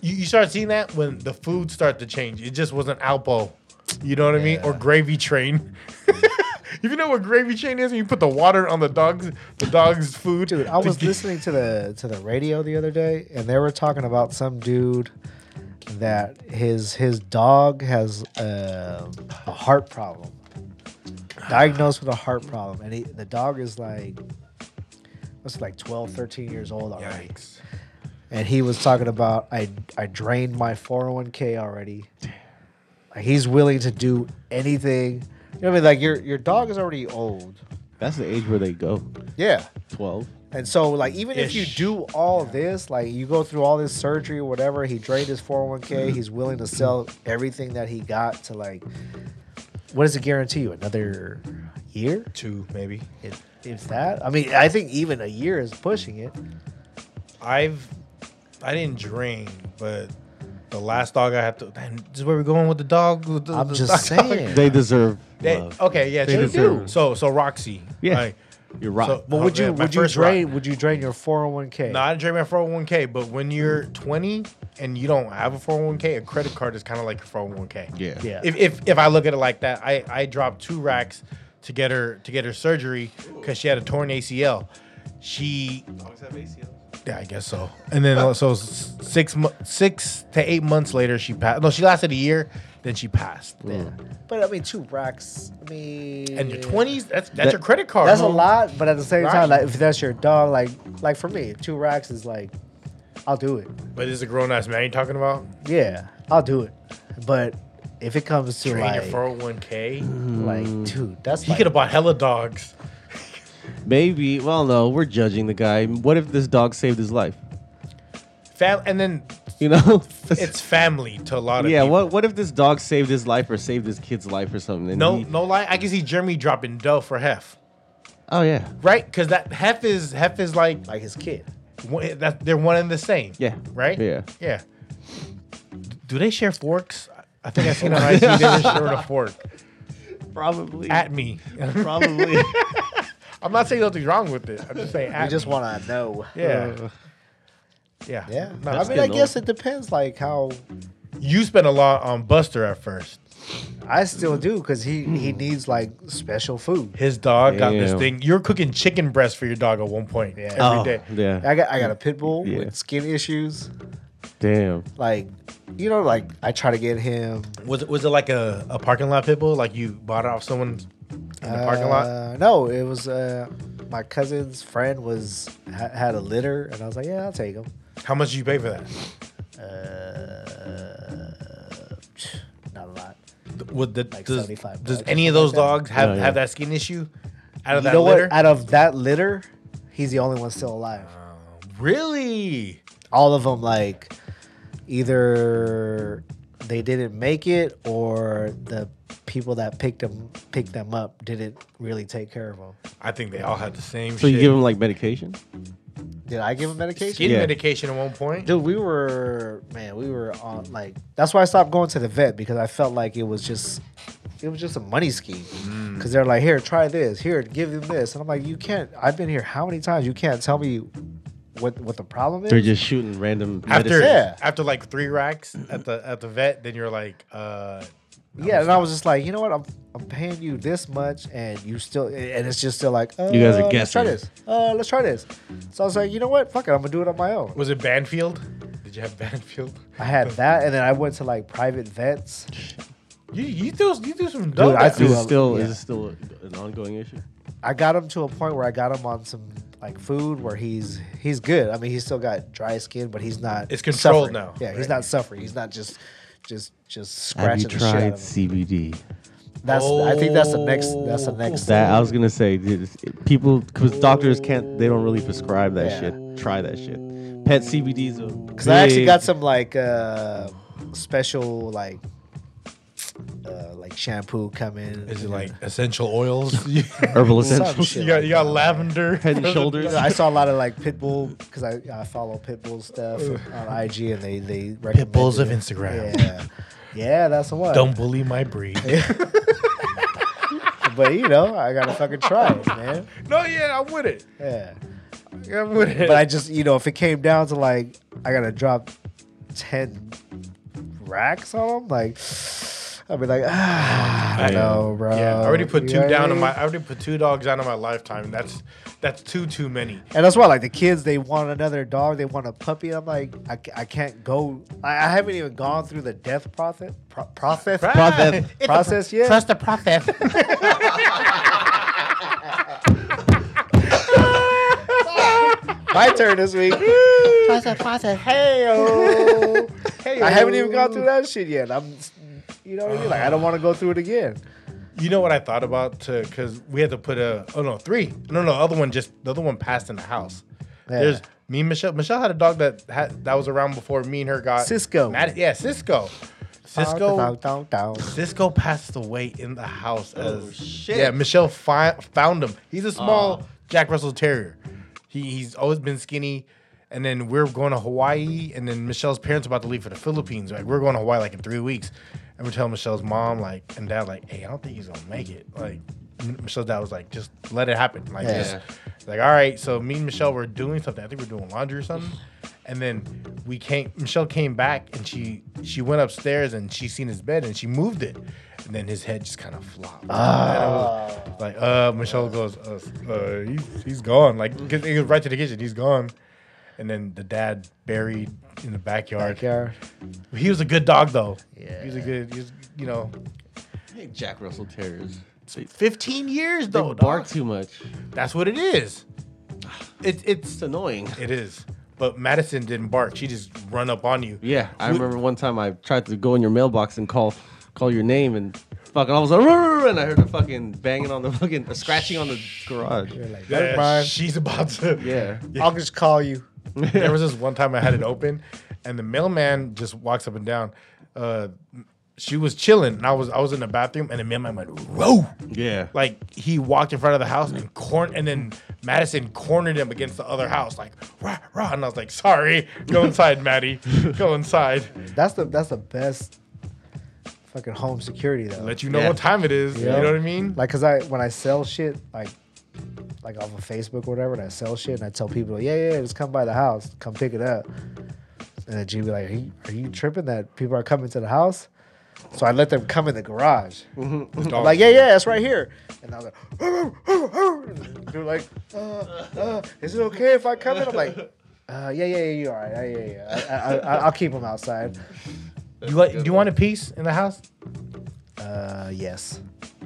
S1: You, you start seeing that when the food start to change. It just wasn't Alpo, you know what I mean, or Gravy Train. if you know what Gravy Train is, you put the water on the dog's the dog's food.
S2: Dude, I
S1: to
S2: was
S1: get-
S2: listening to the to the radio the other day, and they were talking about some dude that his his dog has um a heart problem, diagnosed with a heart problem, and he, the dog is like what's it, like 12, 13 years old already.
S1: Yikes.
S2: and he was talking about I I drained my 401k already. Like, he's willing to do anything. You know what I mean? Like your your dog is already old.
S3: That's the age where they go.
S2: Yeah.
S3: 12.
S2: And so like even if you
S1: Ish.
S2: do all this, like you go through all this surgery or whatever, he drained his 401k,
S1: Mm-hmm.
S2: he's willing to sell everything that he got to like what does it guarantee you? Another year?
S1: Two maybe.
S2: If, if that? I mean, I think even a year is pushing it.
S1: I've I didn't drain, but the last dog I had to. Damn, this is where we're going with the dog. with the-
S2: I'm
S1: the
S2: just
S1: dog-
S2: saying.
S3: They deserve.
S1: They- Oh,
S3: love.
S1: okay, yeah,
S3: They
S1: true.
S3: deserve-
S1: So so Roxy.
S3: Yeah.
S1: like,
S3: You're right.
S1: so-
S2: But would
S1: oh,
S2: you
S1: man, my
S2: would you
S1: first
S2: drain
S1: Rox-
S2: would you drain your 401k?
S1: No, I didn't drain my 401k, but when you're
S2: Mm.
S1: 20 and you don't have a 401k, a credit card is kind of like your 401k.
S3: yeah.
S2: Yeah.
S1: If, if if I look at it like that, I I dropped two racks to get her to get her surgery because she had a torn ACL. She yeah, I guess so. And then uh, so s- six mo- six to eight months later, she passed. No, she lasted a year. Then she passed.
S2: Yeah. But I mean, two racks. I mean,
S1: And your twenties, that's that's
S3: That-
S1: your credit card.
S2: That's a
S1: homie.
S2: lot, but at the same
S1: Right.
S2: time, like if that's your dog, like like for me, two racks is like, I'll do it.
S1: But this is a grown ass man you talking about.
S2: Yeah, I'll do it. But if it comes to
S1: Drain your
S2: like,
S1: four hundred one k.
S3: Mm.
S2: like, dude, that's
S1: He
S2: like,
S1: could have bought hella dogs.
S3: Maybe. Well, no, we're judging the guy. What if this dog saved his life?
S1: Fam- and then
S3: You know?
S1: it's family to a lot of
S3: yeah.
S1: people.
S3: What What if this dog saved his life or saved his kid's life or something? and
S1: No,
S3: he-
S1: no lie. I can see Jeremy dropping dough for Hef,
S3: Oh yeah.
S1: right? Because that Hef is Hef is like
S2: like his kid.
S1: one- that they're one and the same.
S3: Yeah.
S1: Right.
S3: Yeah.
S1: Yeah. Do they share forks? I think I seen on IG they were sharing a fork
S3: Probably.
S1: at me.
S3: probably.
S1: I'm not saying nothing's wrong with it. I'm just saying at
S2: You just
S1: me.
S2: want to know.
S1: Yeah. Yeah.
S2: Yeah.
S1: No,
S2: I
S1: I
S2: mean,
S1: mean,
S2: I
S3: getting
S2: guess it depends, like how
S1: you spent a lot on Buster at first.
S2: I still do because he he
S1: Mm.
S2: needs like special food.
S1: His dog got this
S3: Damn.
S1: thing. You're cooking chicken breast for your dog at one point. Yeah.
S3: oh,
S1: Every day.
S3: yeah.
S2: I got I got a pit bull
S3: Yeah.
S2: with skin issues.
S3: Damn.
S2: Like, you know, like I try to get him
S1: Was it was it like a, a parking lot pit bull? Like you bought it off someone in the parking lot?
S2: Uh, No, it was uh, my cousin's friend was ha- had a litter, and I was like, yeah, I'll take him.
S1: How much did you pay for that?
S2: Uh, not a lot.
S1: Would the
S2: Like
S1: does,
S2: 75
S1: does
S2: bucks,
S1: any of
S2: something
S1: those
S2: like that.
S1: dogs have,
S3: Yeah, yeah.
S1: have that skin issue? Out of
S2: you
S1: that
S2: know
S1: litter?
S2: what? Out of that litter, he's the only one still alive.
S1: Uh. really?
S2: All of them, like, either they didn't make it, or the people that picked them picked them up didn't really take care of them.
S1: I think they all had the same
S3: So
S1: shit.
S3: you give him like medication?
S2: Did I give him medication?
S1: skin
S3: Yeah.
S1: medication at one point.
S2: Dude, we were man, we were on like that's why I stopped going to the vet because I felt like it was just it was just a money scheme.
S3: Mm.
S2: Cause they're like, here, try this, here, give them this. And I'm like, you can't I've been here how many times? You can't tell me what what the problem is.
S3: They're just shooting random
S1: After
S3: medicine.
S2: Yeah.
S1: after like three racks at the at the vet, then you're like, uh
S2: yeah, and I was just like, you know what? I'm I'm paying you this much and you still and it's just still like, uh,
S3: You guys are
S2: Let's try
S3: guessing.
S2: this. Uh let's try this. So I was like, you know what? Fuck it, I'm gonna do it on my own.
S1: was it Banfield? Did you have Banfield?
S2: I had that and then I went to like private vets.
S1: You you threw you threw some
S2: Dude,
S1: dope.
S2: I
S1: at
S2: threw
S1: me.
S3: Is
S2: Yeah.
S3: it still is it still an ongoing issue?
S2: I got him to a point where I got him on some like food where he's he's good. I mean, he's still got dry skin, but he's not.
S1: It's controlled
S2: suffering.
S1: now,
S2: Yeah, he's
S1: right?
S2: not suffering. He's not just just just
S3: Have you
S2: scratching the shit out
S3: tried
S2: of him.
S3: CBD?
S2: That's I think that's the next that's the
S1: Oh.
S2: next.
S3: That I was gonna say, dude, people because doctors can't they don't really prescribe that
S2: Yeah.
S3: shit. Try that shit. Pet CBDs.
S2: because I actually got some like uh special like uh, like shampoo coming.
S1: Is it like essential oils? you
S3: Herbal
S2: Some
S3: essentials.
S2: shit
S1: got you got
S2: like that.
S1: lavender.
S3: Head and shoulders.
S2: I saw a lot of like Pitbull because I, I follow Pitbull stuff on IG and they they recommend
S1: Pitbulls of
S2: it.
S1: Instagram.
S2: Yeah, yeah, that's the one.
S1: Don't bully my breed.
S2: But you know, I gotta fucking try it, man.
S1: no, yeah, I'm with it.
S2: Yeah.
S1: I'm with it.
S2: But I just you know if it came down to like I gotta drop ten racks on them, like I'd be like, ah, I
S1: Yeah.
S2: know, bro.
S1: yeah, I already put
S2: uh, You
S1: two
S2: know what I
S1: down in
S2: mean?
S1: my. I already put two dogs out of my lifetime. That's that's two too many.
S2: And that's why, like, the kids, they want another dog. They want a puppy. I'm like, I, ca- I can't go. I, I haven't even gone through the death process. Pro- process?
S1: Process. It's a
S2: process yet?
S1: the process.
S2: My turn this week.
S1: process, process.
S2: Hey-o. I haven't even gone through that shit yet. I'm, you know what I mean? Like, I don't want to go through it again.
S1: You know what I thought about? Because we had to put a. Oh no, three. No, no, the other one just the other one passed in the house.
S2: Yeah.
S1: There's me, and Michelle. Michelle had a dog that had, that was around before me and her got
S2: Cisco.
S1: mad- yeah, Cisco.
S2: Down,
S1: Cisco.
S2: down, down.
S1: Cisco passed away in the house. as,
S3: shit.
S1: Yeah, Michelle fi- found him. He's a small Jack Russell Terrier. He, he's always been skinny. And then we're going to Hawaii, and then Michelle's parents about to leave for the Philippines. Like we're going to Hawaii like in three weeks, and we're telling Michelle's mom like and dad like, hey, I don't think he's gonna make it. Like M- Michelle's dad was like, just let it happen. Like
S2: Yeah.
S1: just like all right. So me and Michelle were doing something. I think we we're doing laundry or something. And then we came. Michelle came back, and she she went upstairs, and she seen his bed, and she moved it, and then his head just kind of flopped. And I was like, uh, Michelle goes, uh, uh, he's, he's gone. Like, 'cause he goes right to the kitchen. He's gone. And then the dad buried in the backyard.
S2: Backyard.
S1: He was a good dog, though. Yeah. He was a good, he was, you know,
S3: Hey, Jack Russell Terriers. They
S1: 15 years, though.
S3: bark
S1: dog.
S3: too much.
S1: That's what it is. It, it's,
S3: It's annoying.
S1: it is. But Madison didn't bark. She just run up on you.
S3: Yeah, I remember one time I tried to go in your mailbox and call call your name and fucking I was like "Rrr," and I heard a fucking banging on the fucking scratching on the garage.
S2: Like,
S1: Yeah,
S2: never mind.
S1: she's about to.
S3: Yeah.
S2: I'll just call you.
S1: there was this one time I had it open, and the mailman just walks up and down. Uh, she was chilling, and I was I was in the bathroom, and the mailman went whoa,
S3: Yeah. Like
S1: like he walked in front of the house and corn, and then Madison cornered him against the other house, like rah rah, and I was like, sorry, go inside, Maddie, go inside.
S2: That's the that's the best fucking home security though.
S1: Let you know
S3: Yeah.
S1: what time it is.
S2: Yeah.
S1: You know what I mean?
S2: Like, cause I when I sell shit like like off of Facebook or whatever, and I sell shit and I tell people, yeah, yeah, just come by the house, come pick it up. And then G be like, are you, are you tripping that people are coming to the house? So I let them come in the garage.
S1: Oh,
S2: I'm like, yeah, yeah, it's right here. And I was like, they're like, uh, uh, is it okay if I come in? I'm like, uh, yeah, yeah, yeah, you're all right. Yeah, yeah, yeah. I, I, I, I'll keep them outside.
S1: you like, do you want a piece in the house?
S2: Uh, yes.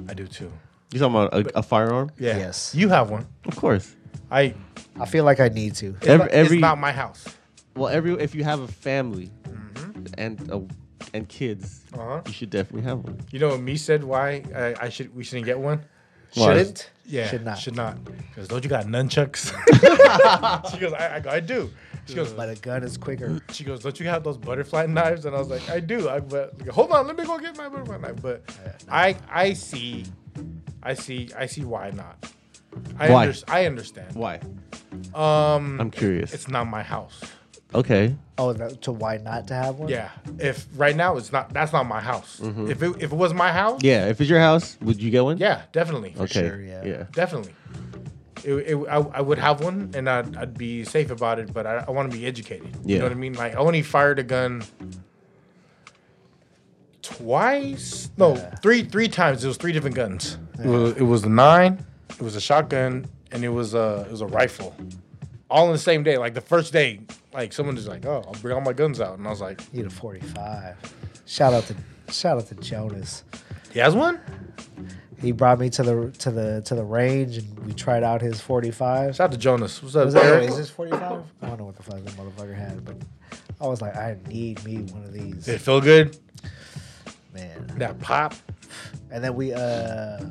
S1: I do too.
S3: you talking about a, a firearm?
S1: Yeah.
S2: Yes.
S1: You have one.
S3: Of course.
S1: I.
S2: I feel like I need to.
S1: It's,
S3: Every-
S1: not,
S3: every-
S1: it's not my house.
S3: Well, every if you have a family and a, and kids,
S1: Uh-huh.
S3: you should definitely have one.
S1: You know what me said? Why I, I should we shouldn't get one?
S3: Why?
S2: Shouldn't?
S1: Yeah,
S2: Should not.
S1: Should not. Because don't you got nunchucks? she goes, I, I, go, I do. She goes,
S2: But a gun is quicker.
S1: she goes, don't you have those butterfly knives? And I was like, I do. I but hold on, let me go get my butterfly knife. But I I see, I see, I see why not. I
S3: Why?
S1: unders- I understand.
S3: Why?
S1: Um,
S3: I'm curious.
S1: it's not my house.
S3: okay.
S2: Oh, that, to why not to have one?
S1: Yeah. If right now it's not, that's not my house. If it if it was my house,
S3: Mm-hmm. Yeah, if it's your house, would you get one?
S1: yeah, definitely.
S3: Okay.
S2: sure, yeah.
S3: yeah.
S1: Definitely. It, it, I, I would have one and I'd, I'd be safe about it, but I, I want to be educated. You
S3: Yeah.
S1: know what I mean? Like, I only fired a gun twice. No, three three times. It was three different guns. It, was, it was a nine, it was a shotgun, and it was a, it was a rifle. All on the same day. Like, the first day, like, someone was like, oh, I'll bring all my guns out. And I was like,
S2: You need a 45. Shout out to shout out to Jonas.
S1: he has one?
S2: He brought me to the to the to the range and we tried out his 45.
S1: Shout out to Jonas. What's up,
S2: Was that,
S1: Eric?
S2: is this 45? I don't know what the fuck the motherfucker had, but I was like, I need me one of these,
S1: Did it feel good?
S2: man.
S1: That pop?
S2: And then we uh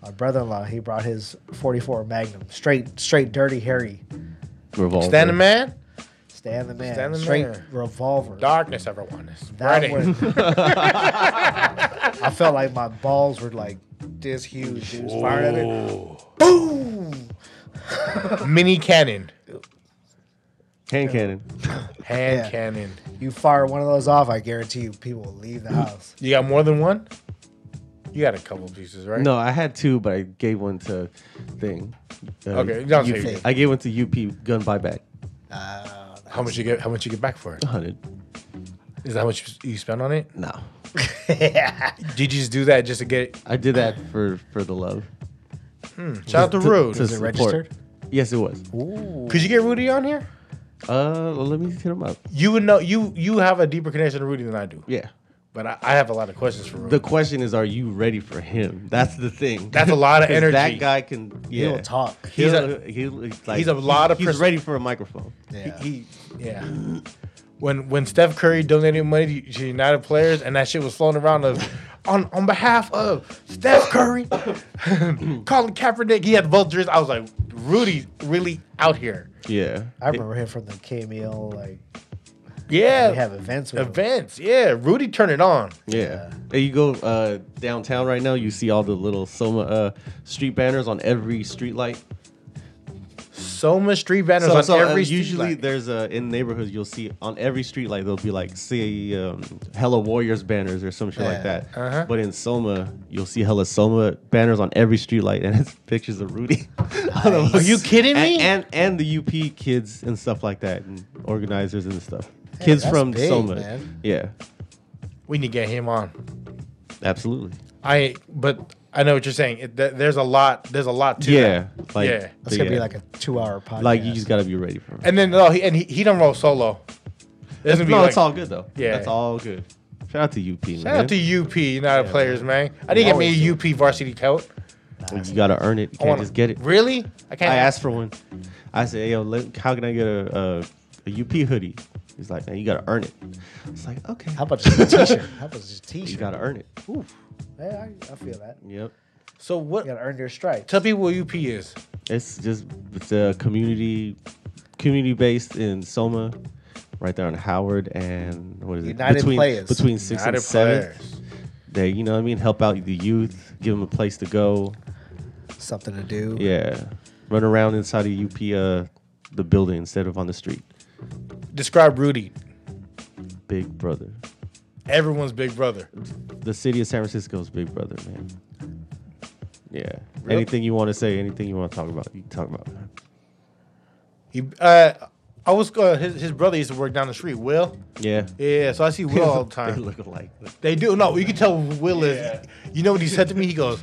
S2: my brother-in-law, he brought his 44 Magnum, straight straight dirty Harry.
S3: Revolver.
S1: Standing man?
S2: Stand the man.
S1: Stand the
S2: straight
S1: man.
S2: revolver.
S1: Darkness, everyone. It's
S2: That
S1: Friday.
S2: one- I felt like my balls were like this huge. She was firing at it.
S1: Mini cannon,
S3: Hand cannon.
S1: hand
S2: Yeah.
S1: cannon.
S2: You fire one of those off, I guarantee you, people will leave the house.
S1: You got more than one? You got a couple pieces, right?
S3: No, I had two, but I gave one to thing. Uh,
S1: Okay, don't say
S3: UP.
S1: thing.
S3: I gave one to UP gun buyback.
S2: Uh,
S1: How much you get? How much you get back for it?
S3: A hundred.
S1: Is that how much you spent on it?
S3: No,
S1: Did you just do that just to get?
S3: I did that for for the love.
S1: Shout out to Rude.
S3: To support.
S2: registered?
S3: Yes, it was.
S1: Could you get Rudy on here?
S3: Uh, well, let me hit him up.
S1: You would know. You you have a deeper connection to Rudy than I do.
S3: Yeah.
S1: But I, I have a lot of questions for Rudy.
S3: The question is, are you ready for him? That's the thing.
S1: That's a lot of
S3: 'Cause
S1: energy.
S3: That guy can. Yeah.
S2: He'll talk.
S1: He's
S3: He's
S1: a-
S3: a, he'll, he's, like,
S1: he's a lot of
S3: He's
S1: pers-
S3: ready for a microphone.
S2: Yeah.
S1: He, yeah. When when Steph Curry donated money to the United Players and that shit was floating around of on on behalf of Steph Curry, Colin Kaepernick, he had both jerseys. I was like, Rudy's really out here.
S3: Yeah.
S2: I remember him from the KML. Like
S1: Yeah.
S2: they have events with him.
S1: events. Yeah. Rudy turn it on.
S3: Yeah. And you go uh, downtown right now, you see all the little Soma uh, street banners on every street light.
S1: So much street banners
S3: So,
S1: on
S3: so, uh,
S1: every street
S3: usually
S1: light.
S3: there's a in neighborhoods you'll see on every street light there'll be like say um, hella warriors banners or some shit like that.
S1: Uh-huh.
S3: But in Soma you'll see hella Soma banners on every street light and it's pictures of Rudy.
S1: Are you kidding me?
S3: And, and and the UP kids and stuff like that and organizers and stuff. Kids
S2: that's
S3: from
S2: big,
S3: Soma.
S2: man.
S3: Yeah,
S1: we need to get him on.
S3: absolutely.
S1: I but I know what you're saying. It, th- there's a lot. There's a lot to
S3: Yeah,
S1: that.
S3: like
S1: yeah.
S2: that's gonna
S3: yeah.
S2: be like a two-hour podcast.
S3: like you just gotta be ready for. It.
S1: And then no, he, and he, he don't roll solo. There's gonna be
S3: no,
S1: like,
S3: it's all good though.
S1: Yeah.
S3: that's all good. Shout out to UP, man.
S1: Shout out to UP United Players, man. I didn't get me a UP varsity coat.
S3: you gotta earn it.
S1: I
S3: You can't
S1: wanna-
S3: just get it.
S1: Really? I can't.
S3: I asked for one. I said, "Hey, yo, let, how can I get a, a a UP hoodie?" He's like, "Man, you gotta earn it." I was like, "Okay,
S2: How about just a T-shirt? How about just a
S3: you
S2: T-shirt?
S3: gotta earn it."
S2: Yeah, I, I feel that. You
S3: Yep.
S1: So what?
S2: gotta earn your stripes.
S1: Tell people what UP is.
S3: It's just it's a community community based in Soma, right there on Howard and what is it?
S2: United
S3: between
S2: Players.
S3: between six
S1: United
S3: and seven.
S1: Players.
S3: They, you know, what I mean, help out the youth, give them a place to go.
S2: Something to do.
S3: Yeah, run around inside of UP uh, the building instead of on the street.
S1: Describe Rudy.
S3: Big brother.
S1: Everyone's big brother.
S3: the city of San Francisco's Big Brother, man. Yeah.
S1: Really?
S3: Anything you want to say, anything you want to talk about, you can talk about. Man.
S1: He. Uh, I was. Uh, his his brother used to work down the street. Will.
S3: Yeah.
S1: Yeah. So I see Will all the
S3: they
S1: time.
S3: look alike.
S1: They do. No, you can tell Will is. You know what he said to me? He goes,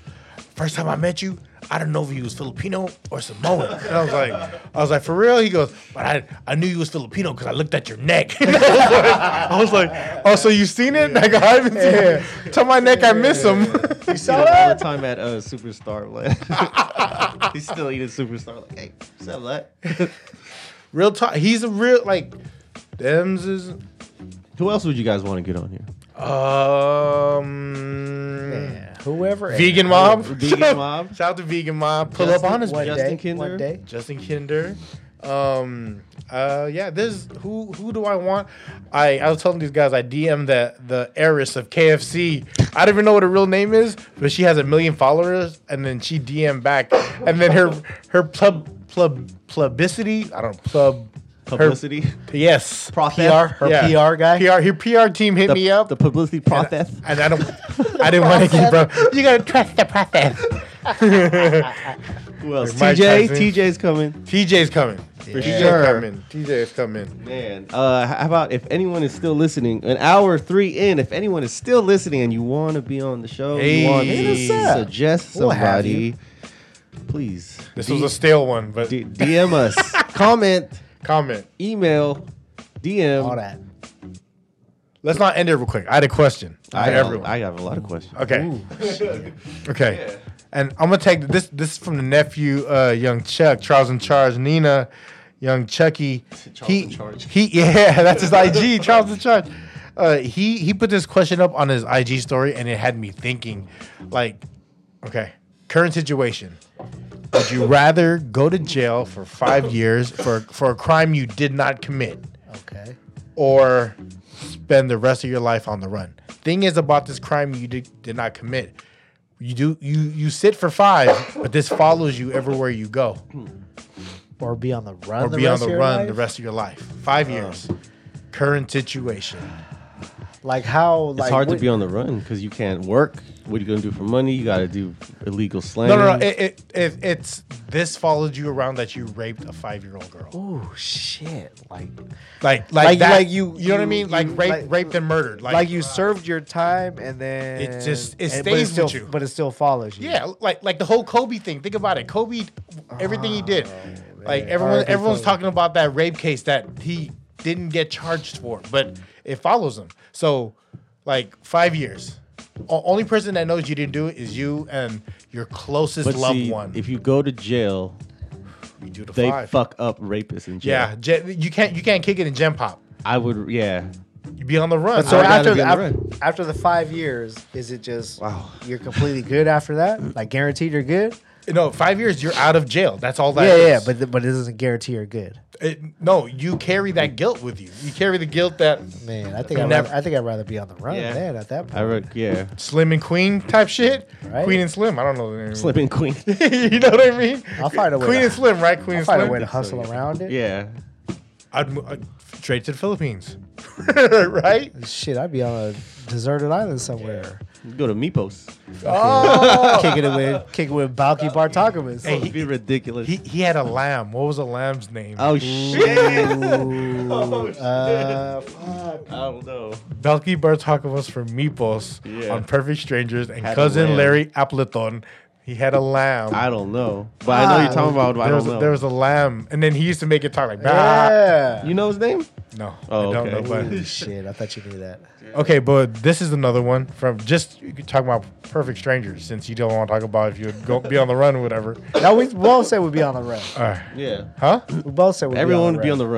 S1: first time I met you, I don't know if you was Filipino or Samoan." And I was like, I was like, for real? He goes, but I, I knew you was Filipino because I looked at your neck. I was like, oh, so you seen it? Like I haven't seen it. Tell my neck I miss him.
S3: You saw that all the time at uh, Superstar. Like, he's still eating Superstar. Like, hey, what's up, lad?
S1: real talk. He's a real like. Them's is
S3: Who else would you guys want to get on here?
S1: um
S2: Yeah. Whoever.
S1: vegan mob.
S3: Vegan Mob?
S1: Shout out to vegan mob. Pull up
S3: Justin-
S1: on us.
S2: One
S3: Justin
S2: day.
S3: Kinder?
S2: One day.
S1: Justin Kinder. Um, uh, yeah, this who who do I want? I I was telling these guys I DM the the heiress of KFC. I don't even know what her real name is, but she has a million followers, and then she DM back, and then her her plub plub plebiscity. I don't know, plub her-
S3: Publicity?
S1: yes,
S3: Process?
S2: PR, her
S1: Yeah.
S2: PR guy.
S1: PR her PR team hit
S3: the,
S1: me up.
S3: The publicity process?
S1: and I don't, I didn't want to get bro. You gotta trust the process.
S3: Who else?
S1: Mike
S3: TJ?
S1: Tyson.
S3: TJ's coming.
S1: TJ's coming. For
S3: Sure.
S1: sure. coming. TJ is coming.
S3: Man, uh, how about if anyone is still listening, an hour three in, if anyone is still listening and you want to be on the show, you want
S1: Hey.
S3: to
S1: Hit us up.
S3: suggest
S2: We'll have
S3: somebody, please
S1: This
S3: D-
S1: was a stale one, but
S3: D- DM us, comment,
S1: comment.
S3: email, DM.
S2: All that.
S1: Let's not end it real quick. I had a question for
S3: I have,
S1: everyone.
S3: I have a lot of questions.
S1: okay. okay. And I'm gonna take this. This is from the nephew, uh, young Chuck, Charles in Charge, Nina, young Chucky.
S3: Charles
S1: he,
S3: in Charge.
S1: He, yeah, that's his IG, Charles in Charge. Uh, he he put this question up on his IG story, and it had me thinking, like, okay, current situation. Would you rather go to jail for five years for for a crime you did not commit?
S2: Okay.
S1: or sp- spend the rest of your life on the run. Thing is about this crime you did, did not commit. You do you you sit for five, but this follows you everywhere you go,
S2: or be on the run.
S1: or
S2: the
S1: be on
S2: rest of
S1: the
S2: your
S1: run the
S2: life? Oh.
S1: rest of your life. Five years, current situation.
S2: Like how?
S3: It's
S2: Like
S3: hard to
S2: what-
S3: be on the run because you can't work. What are you gonna do for money? You gotta do illegal slang.
S1: No, no, no. It, it, it it's this followed you around that you raped a five year old girl.
S2: Oh shit! Like
S1: Like like
S2: Like-
S1: that,
S2: like you-
S1: You know what I
S2: you-
S1: mean? Like
S2: you-
S1: rape,
S2: like-
S1: raped and murdered. Like,
S2: like you served your time and then
S1: uh, It just- it
S2: and- but
S1: stays
S2: still,
S1: with you.
S2: but it still follows you.
S1: Yeah, like like the whole Kobe thing. Think about it. Kobe, everything he did. Like everyone,
S2: R.I.P.
S1: everyone's
S2: Kobe.
S1: talking about that rape case that he didn't get charged for, but it follows him. So, like five years. O- only person that knows you didn't do it is you and your closest
S3: but
S1: loved
S3: see,
S1: one.
S3: if you go to jail,
S1: you do the
S3: they
S1: five.
S3: fuck up rapists in jail.
S1: yeah, gen- you can't you can't kick it in gem pop.
S3: I would. Yeah,
S1: You be on the run.
S2: But so
S3: I gotta
S2: after
S3: be
S2: the,
S3: on the
S2: after,
S3: run.
S2: after the five years, is it just you're completely good after that? Like guaranteed you're good?
S1: no, five years you're out of jail. That's all that.
S2: yeah, yeah,
S1: is.
S2: but th- but it doesn't guarantee you're good.
S1: It- no, you carry that guilt with you. You carry the guilt that
S2: Man, I think
S1: You
S2: I'd
S1: never-
S2: rather, I think I'd rather be on the run
S3: Yeah.
S2: then at that
S3: I
S2: point.
S3: would. Yeah,
S1: Slim and Queen type shit.
S2: Right.
S1: Queen and Slim. I don't know the name.
S3: slipping queen.
S1: you know what I mean?
S2: I'll find a way
S1: Queen
S2: to-
S1: and Slim, right? Queen
S2: I'll
S1: and
S2: find a
S1: Slim.
S2: way to hustle around it.
S3: yeah,
S1: I'd, mo- I'd trade to the Philippines, right?
S2: Shit, I'd be on a deserted island somewhere. Oh!
S3: go to Meepos.
S2: kicking it with kicking with Balky Bartokamus.
S1: Hey,
S3: It'd be ridiculous.
S1: He he had a lamb. What was a lamb's name?
S3: oh shit!
S2: Uh, fuck.
S3: Oh, I don't know.
S1: Belky Bartokovos from Meepos
S3: Yeah.
S1: on Perfect Strangers and
S3: Had a
S1: cousin
S3: lamb.
S1: Larry Appleton. He had a lamb.
S3: I don't know. But I know you're talking about. but I
S1: there
S3: don't
S1: was,
S3: know.
S1: there was a lamb, and then he used to make it talk like, bah.
S2: Yeah.
S3: you know his name?
S1: no,
S3: Oh,
S1: I don't
S3: okay.
S1: know, but
S2: Holy shit, I thought you knew that.
S1: Okay, but this is another one from just you could talk about perfect strangers since you don't want to talk about if you would go be on the run or whatever.
S2: Now we both said we'd be on the run.
S1: All right.
S3: Yeah.
S1: Huh?
S2: We both said we'd
S3: Everyone would be
S2: run.
S3: on the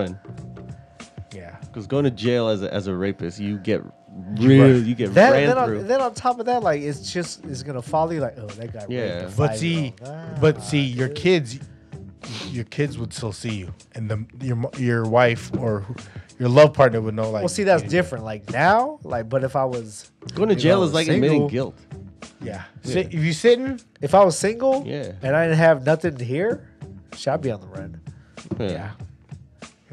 S3: run
S1: Yeah.
S3: because going to jail as a, as a rapist, you get real, you get
S2: That,
S3: ran
S2: then,
S3: through.
S2: on, then on top of that, like it's just it's gonna follow you. Like, oh, that guy.
S3: Yeah.
S2: raped a
S1: But see,
S2: five-year-old.
S1: but
S2: Ah,
S1: see, your
S2: dude.
S1: kids, your kids would still see you, and the your mo- your wife or who- your love partner would know. Like,
S2: Well, see, that's different. Like now, like, but if I was
S3: going to
S2: you
S3: jail
S2: know,
S3: is like
S2: single.
S3: admitting guilt.
S1: yeah. Sit, if you sitting,
S2: if I was single,
S3: Yeah.
S2: and I didn't have nothing here, should I be on the run?
S1: yeah.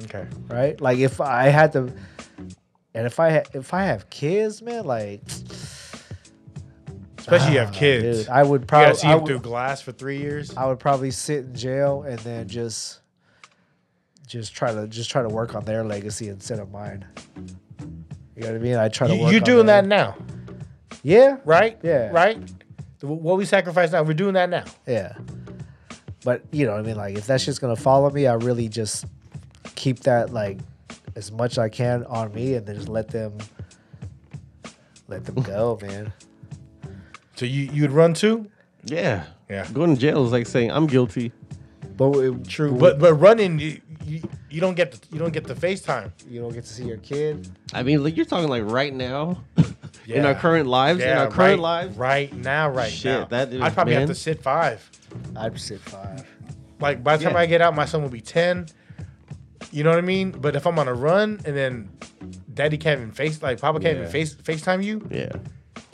S1: Okay.
S2: Right? Like if I had to, and if I ha- if I have kids, man, like
S1: Especially you have
S2: ah,
S1: kids.
S2: dude, I would
S1: you
S2: probably
S1: gotta see
S2: I
S1: them
S2: would-
S1: through glass for three years.
S2: I would probably sit in jail and then just just try to just try to work on their legacy instead of mine. You know what I mean? I try to.
S1: You,
S2: work
S1: you're
S2: on
S1: doing that
S2: their-
S1: now,
S2: Yeah,
S1: right?
S2: Yeah.
S1: Right. What we sacrifice now, we're doing that now.
S2: yeah. But you know, what I mean, like if that's just gonna follow me, I really just keep that like as much I can on me, and then just let them let them go, man.
S1: So you you'd run too.
S3: Yeah.
S1: Yeah.
S3: Going to jail is like saying I'm guilty.
S2: But it,
S1: True, but but running, you, you, you don't get the, you don't get the FaceTime.
S2: you don't get to see your kid.
S3: I mean, like you're talking like right now, in
S1: Yeah.
S3: our current lives, in our current
S1: right,
S3: lives.
S1: right now, right
S3: Shit,
S1: now.
S3: that is-
S1: I'd probably have
S3: man.
S1: to sit five.
S2: I'd sit five.
S1: Like by the time
S3: Yeah.
S1: I get out, my son will be ten. You know what I mean? But if I'm on a run and then Daddy can't even face, like Papa can't even
S3: Yeah.
S1: face FaceTime you.
S3: Yeah.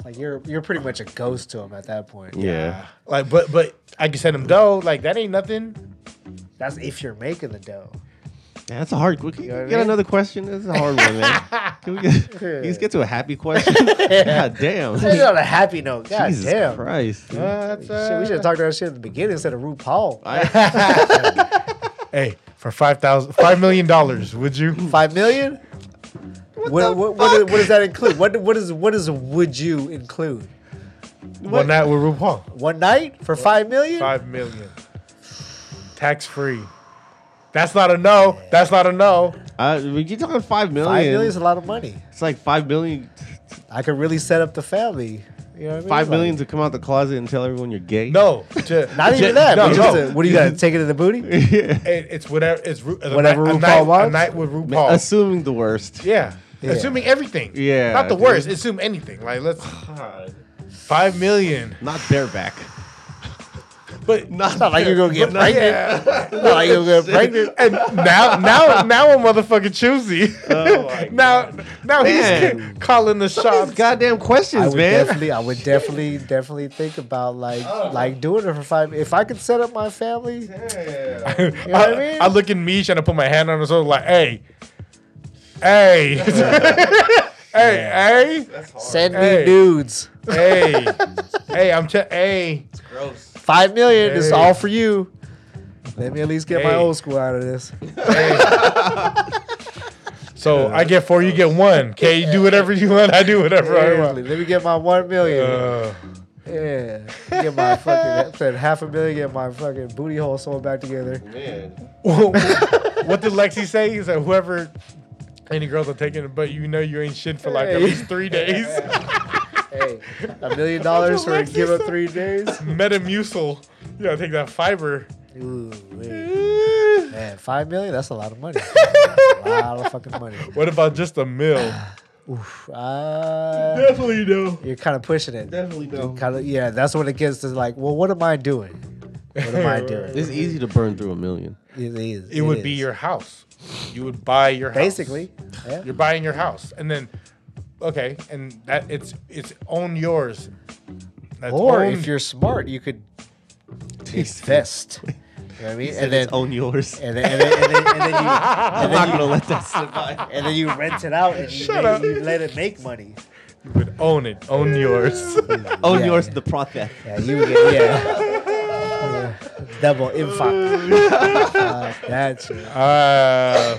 S2: Like you're you're pretty much a ghost to him at that point.
S3: Yeah.
S1: Like, but but I can send him dough. Like that ain't nothing.
S2: That's if you're making the dough.
S3: Yeah, that's a hard. We can
S2: know what I
S3: get
S2: mean?
S3: another question. This is a hard one, man. Can we get, can we just get to a happy question? God
S2: End
S3: damn.
S2: on a happy note. God
S3: Jesus
S2: damn.
S3: Christ. dude.
S1: That's,
S2: Shit, we should have talked about shit at the beginning instead of RuPaul.
S3: I-
S1: uh, Hey, for five thousand, five million dollars, would you?
S2: Five million? What, what, what, what does that include? What what is what is would you include?
S1: One night with RuPaul.
S2: One night for five million?
S1: Five million. Tax free. That's not a no. That's not a no.
S3: Uh, when you talking five million,
S2: Five million is a lot of money.
S3: it's like five million.
S2: I could really set up the family. You know what I mean?
S3: Five million
S2: Like,
S3: to come out the closet and tell everyone you're gay.
S1: No. to-
S2: not
S1: to-
S2: even that.
S1: No,
S2: but just
S1: no.
S2: a- what do you got? Take it to the booty?
S3: Yeah.
S1: It- it's whatever. It's Ru- a
S2: Whatever
S1: night, a
S2: RuPaul
S1: night, A
S2: wants?
S1: night with
S3: Ma-
S1: RuPaul.
S3: Assuming the worst.
S1: yeah.
S2: Oh. Yeah.
S1: Assuming everything.
S3: Yeah,
S1: Not the
S3: dude.
S1: worst. Assume anything. Like let's five million.
S3: Not bareback.
S1: But
S3: Not,
S2: Not like you're gonna get pregnant. Not like you're gonna get pregnant.
S1: and now now now a motherfucking choosy. now now
S3: Man.
S1: he's calling the shots.
S3: These goddamn
S2: I
S3: questions,
S2: would
S3: man.
S2: definitely, I would definitely, definitely think about like, like doing it for five. If I could set up my family, you know what I mean?
S1: I look at Mish and I put my hand on his shoulder like, hey, hey, hey,
S2: Send me
S1: Hey.
S2: dudes.
S1: hey, hey, hey, I'm t- hey,
S3: Gross.
S2: Five million is
S1: Hey.
S2: all for you. Let me at least get my
S1: Hey.
S2: old school out of this.
S1: So I get four, you get one. Okay, you do whatever you want. I do whatever I
S2: Seriously,
S1: want.
S2: let me get my one million.
S1: Uh,
S2: yeah, get my fucking said half a million. Get my fucking booty hole sewn back together.
S3: Man.
S1: Uh, what did Lexi say? He said, whoever. Any girls are taking it, but you know you ain't shit for like at
S2: Hey.
S1: least three days.
S2: Hey, a million dollars for a
S1: Alexis
S2: give up
S1: said-
S2: three days.
S1: Metamucil. You gotta take that fiber.
S2: Ooh, wait. man, five million. That's a lot of money. a lot of fucking money.
S1: What about just a mill?
S2: Uh,
S3: Definitely no.
S2: you're kind of pushing it.
S3: Definitely no.
S2: Kind of, yeah. That's when it gets to like, well, what am I doing? What am I doing?
S3: It's easy to burn through a million.
S2: It, is,
S1: It would
S2: is.
S1: be your house. You would buy your house.
S2: basically. Yeah.
S1: You're buying your house. And then okay, and that it's it's own yours. That's
S2: Or
S1: owned.
S2: if you're smart, you could invest. You know what I mean? And then,
S3: own yours.
S2: and then, and then, and then, and then, you,
S3: I'm not gonna let that slip by.
S2: and then you rent it out and you,
S1: Shut
S2: make-
S1: up.
S2: you let it make money.
S1: you would own it, own yours.
S3: Own
S2: Yeah,
S3: Oh, yours
S2: yeah.
S3: the process.
S2: Yeah, you would get yeah. yeah. Double info. Fuck that shit.
S1: uh,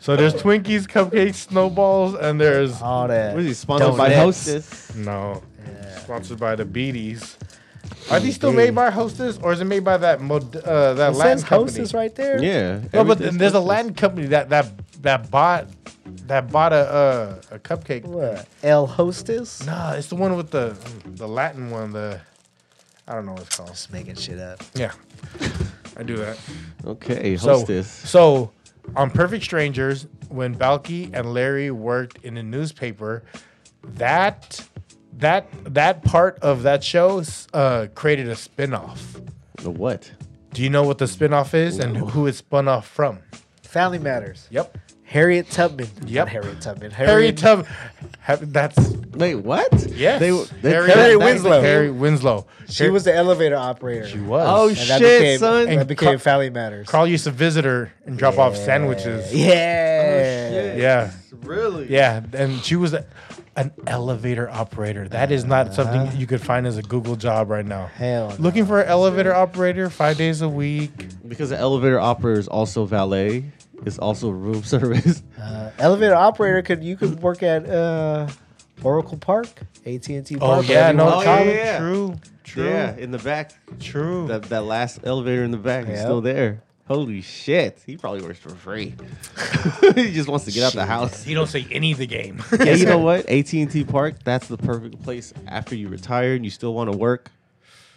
S1: so there's Twinkies, cupcakes, snowballs, and there's
S2: All that.
S3: What is he sponsored by
S2: Donuts.
S3: Hostess?
S1: no sponsored by the Beaties. Are these still made by Hostess, or is it made by that mod, uh, that
S2: It
S1: Latin
S2: says
S1: company?
S2: hostess right there.
S3: Yeah.
S1: No, but
S3: everything's
S1: there's a
S3: Hostess.
S1: Latin company that that that bought that bought a uh, a cupcake.
S2: What? L hostess?
S1: Nah, it's the one with the the Latin one. The I don't know what it's called.
S2: Just Oh, making shit up.
S1: Yeah, I do that.
S3: Okay,
S1: So
S3: Hostess.
S1: so on Perfect Strangers, when Balky and Larry worked in the newspaper, that that that part of that show uh, created a spinoff.
S3: The what?
S1: Do you know what the spinoff is and who it spun off from?
S2: Family matters.
S1: Yep.
S2: Harriet Tubman.
S1: Yep.
S2: Not Harriet Tubman.
S1: Harry Tub. ha- That's
S3: Wait, what?
S1: Yes.
S3: They, they
S1: Harry,
S2: Harry
S1: that- that-
S2: Winslow.
S1: Harry Winslow.
S2: She was the elevator operator.
S1: She was.
S3: Oh,
S1: And
S3: sh-
S2: And that
S3: Shit,
S2: became,
S3: son.
S1: And
S2: That became
S1: Car-
S2: Family Matters.
S1: Carl used to visit her and drop off sandwiches. Yeah. Oh,
S2: Yeah.
S1: yeah.
S3: Really?
S1: And she was a, an elevator operator. That is not
S2: Uh-huh.
S1: something you could find as a Google job right now.
S2: Hell. no.
S1: Looking for an elevator operator five days a week.
S3: Because the elevator operator is also valet, it's also room service.
S2: Uh, elevator operator could you could work at uh, Oracle Park, AT and T
S1: Oh,
S2: Park.
S1: yeah.
S2: whatever you
S1: No,
S2: wanna
S3: Oh,
S2: call
S1: Colin,
S2: it.
S3: yeah.
S1: True. True.
S3: Yeah, in the back.
S1: True.
S3: That, that last elevator in the back is
S2: Yep.
S3: still there. Holy shit. He probably works for free. he just wants to get out the house.
S1: you don't say any of the game.
S3: Yeah, you know what? AT&T Park, that's the perfect place after you retire and you still want to work.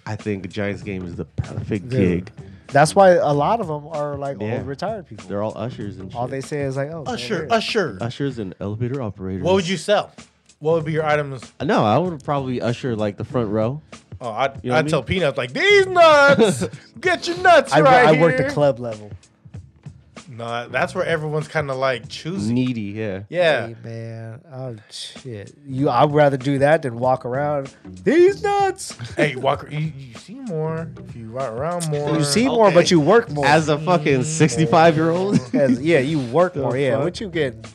S3: I think a Giants game is the perfect
S2: Dude.
S3: gig.
S2: That's why a lot of them are like
S3: Yeah.
S2: old retired people.
S3: They're all ushers and shit.
S2: All they say is like, oh,
S1: usher.
S2: there it is.
S1: Usher.
S3: ushers and elevator operators.
S1: What would you sell? What would be your items?
S3: No, I would probably usher like the front row.
S1: Oh, I'd,
S3: You know what I
S1: I'd
S3: mean?
S1: tell Peanuts, like, these nuts! Get your nuts
S2: I, wo-
S1: right
S2: I
S1: here.
S2: work the club level.
S1: No, that's where everyone's kind of like choosing.
S3: Needy, yeah.
S1: Yeah.
S2: Hey, man, oh shit, you. I'd rather do that than walk around these nuts.
S1: hey, Walker, you, you see more if you ride around more.
S2: You see more,
S3: Okay.
S2: but you work more.
S3: As a fucking 65 year old.
S2: As- yeah, you work more. Yeah,
S3: fuck?
S2: what you getting?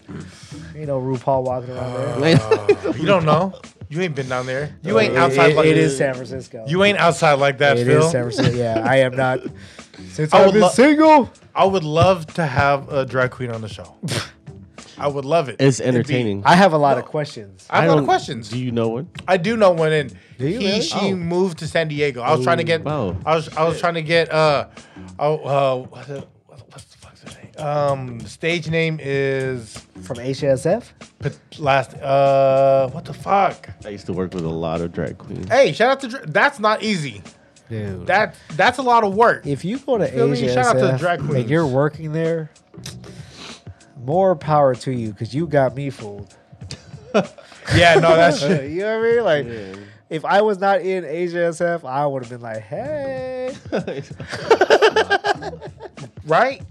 S2: Ain't no RuPaul walking around there.
S1: You don't know. You ain't been down there. Uh, You ain't outside
S2: It-
S1: like
S2: it is San Francisco.
S1: You ain't outside like that,
S2: It is
S1: Phil.
S2: San Francisco. Yeah, I am not. Since
S1: I
S2: I've
S1: would
S2: been
S1: lo-
S2: single,
S1: I would love to have a drag queen on the show. I would love it.
S3: It's
S1: It'd be-
S3: entertaining.
S2: I have a lot of questions.
S1: I have a lot
S3: don't-
S1: of questions.
S3: Do you know one?
S1: I do know one, and
S2: Do you
S1: he
S2: really?
S1: she
S3: Oh.
S1: moved to San Diego. I was trying to get.
S3: wow.
S1: I was I was trying to get. Uh, oh, uh, what's the, what's the fuck's her name? Um, stage name is
S2: From HSF?
S1: Pat- last. Uh, what the fuck?
S3: I used to work with a lot of drag queens.
S1: Hey, shout out to Dra- that's not easy.
S2: Dude.
S1: That that's a lot of work.
S2: if you go to
S1: Feel me?
S2: HSF
S1: Shout out to the drag
S2: and
S1: queens.
S2: you're working there, more power to you because you got me fooled.
S1: Yeah, no, that's
S2: you know what I mean? Like, If I was not in Asia SF, I would have been like, hey,
S1: right?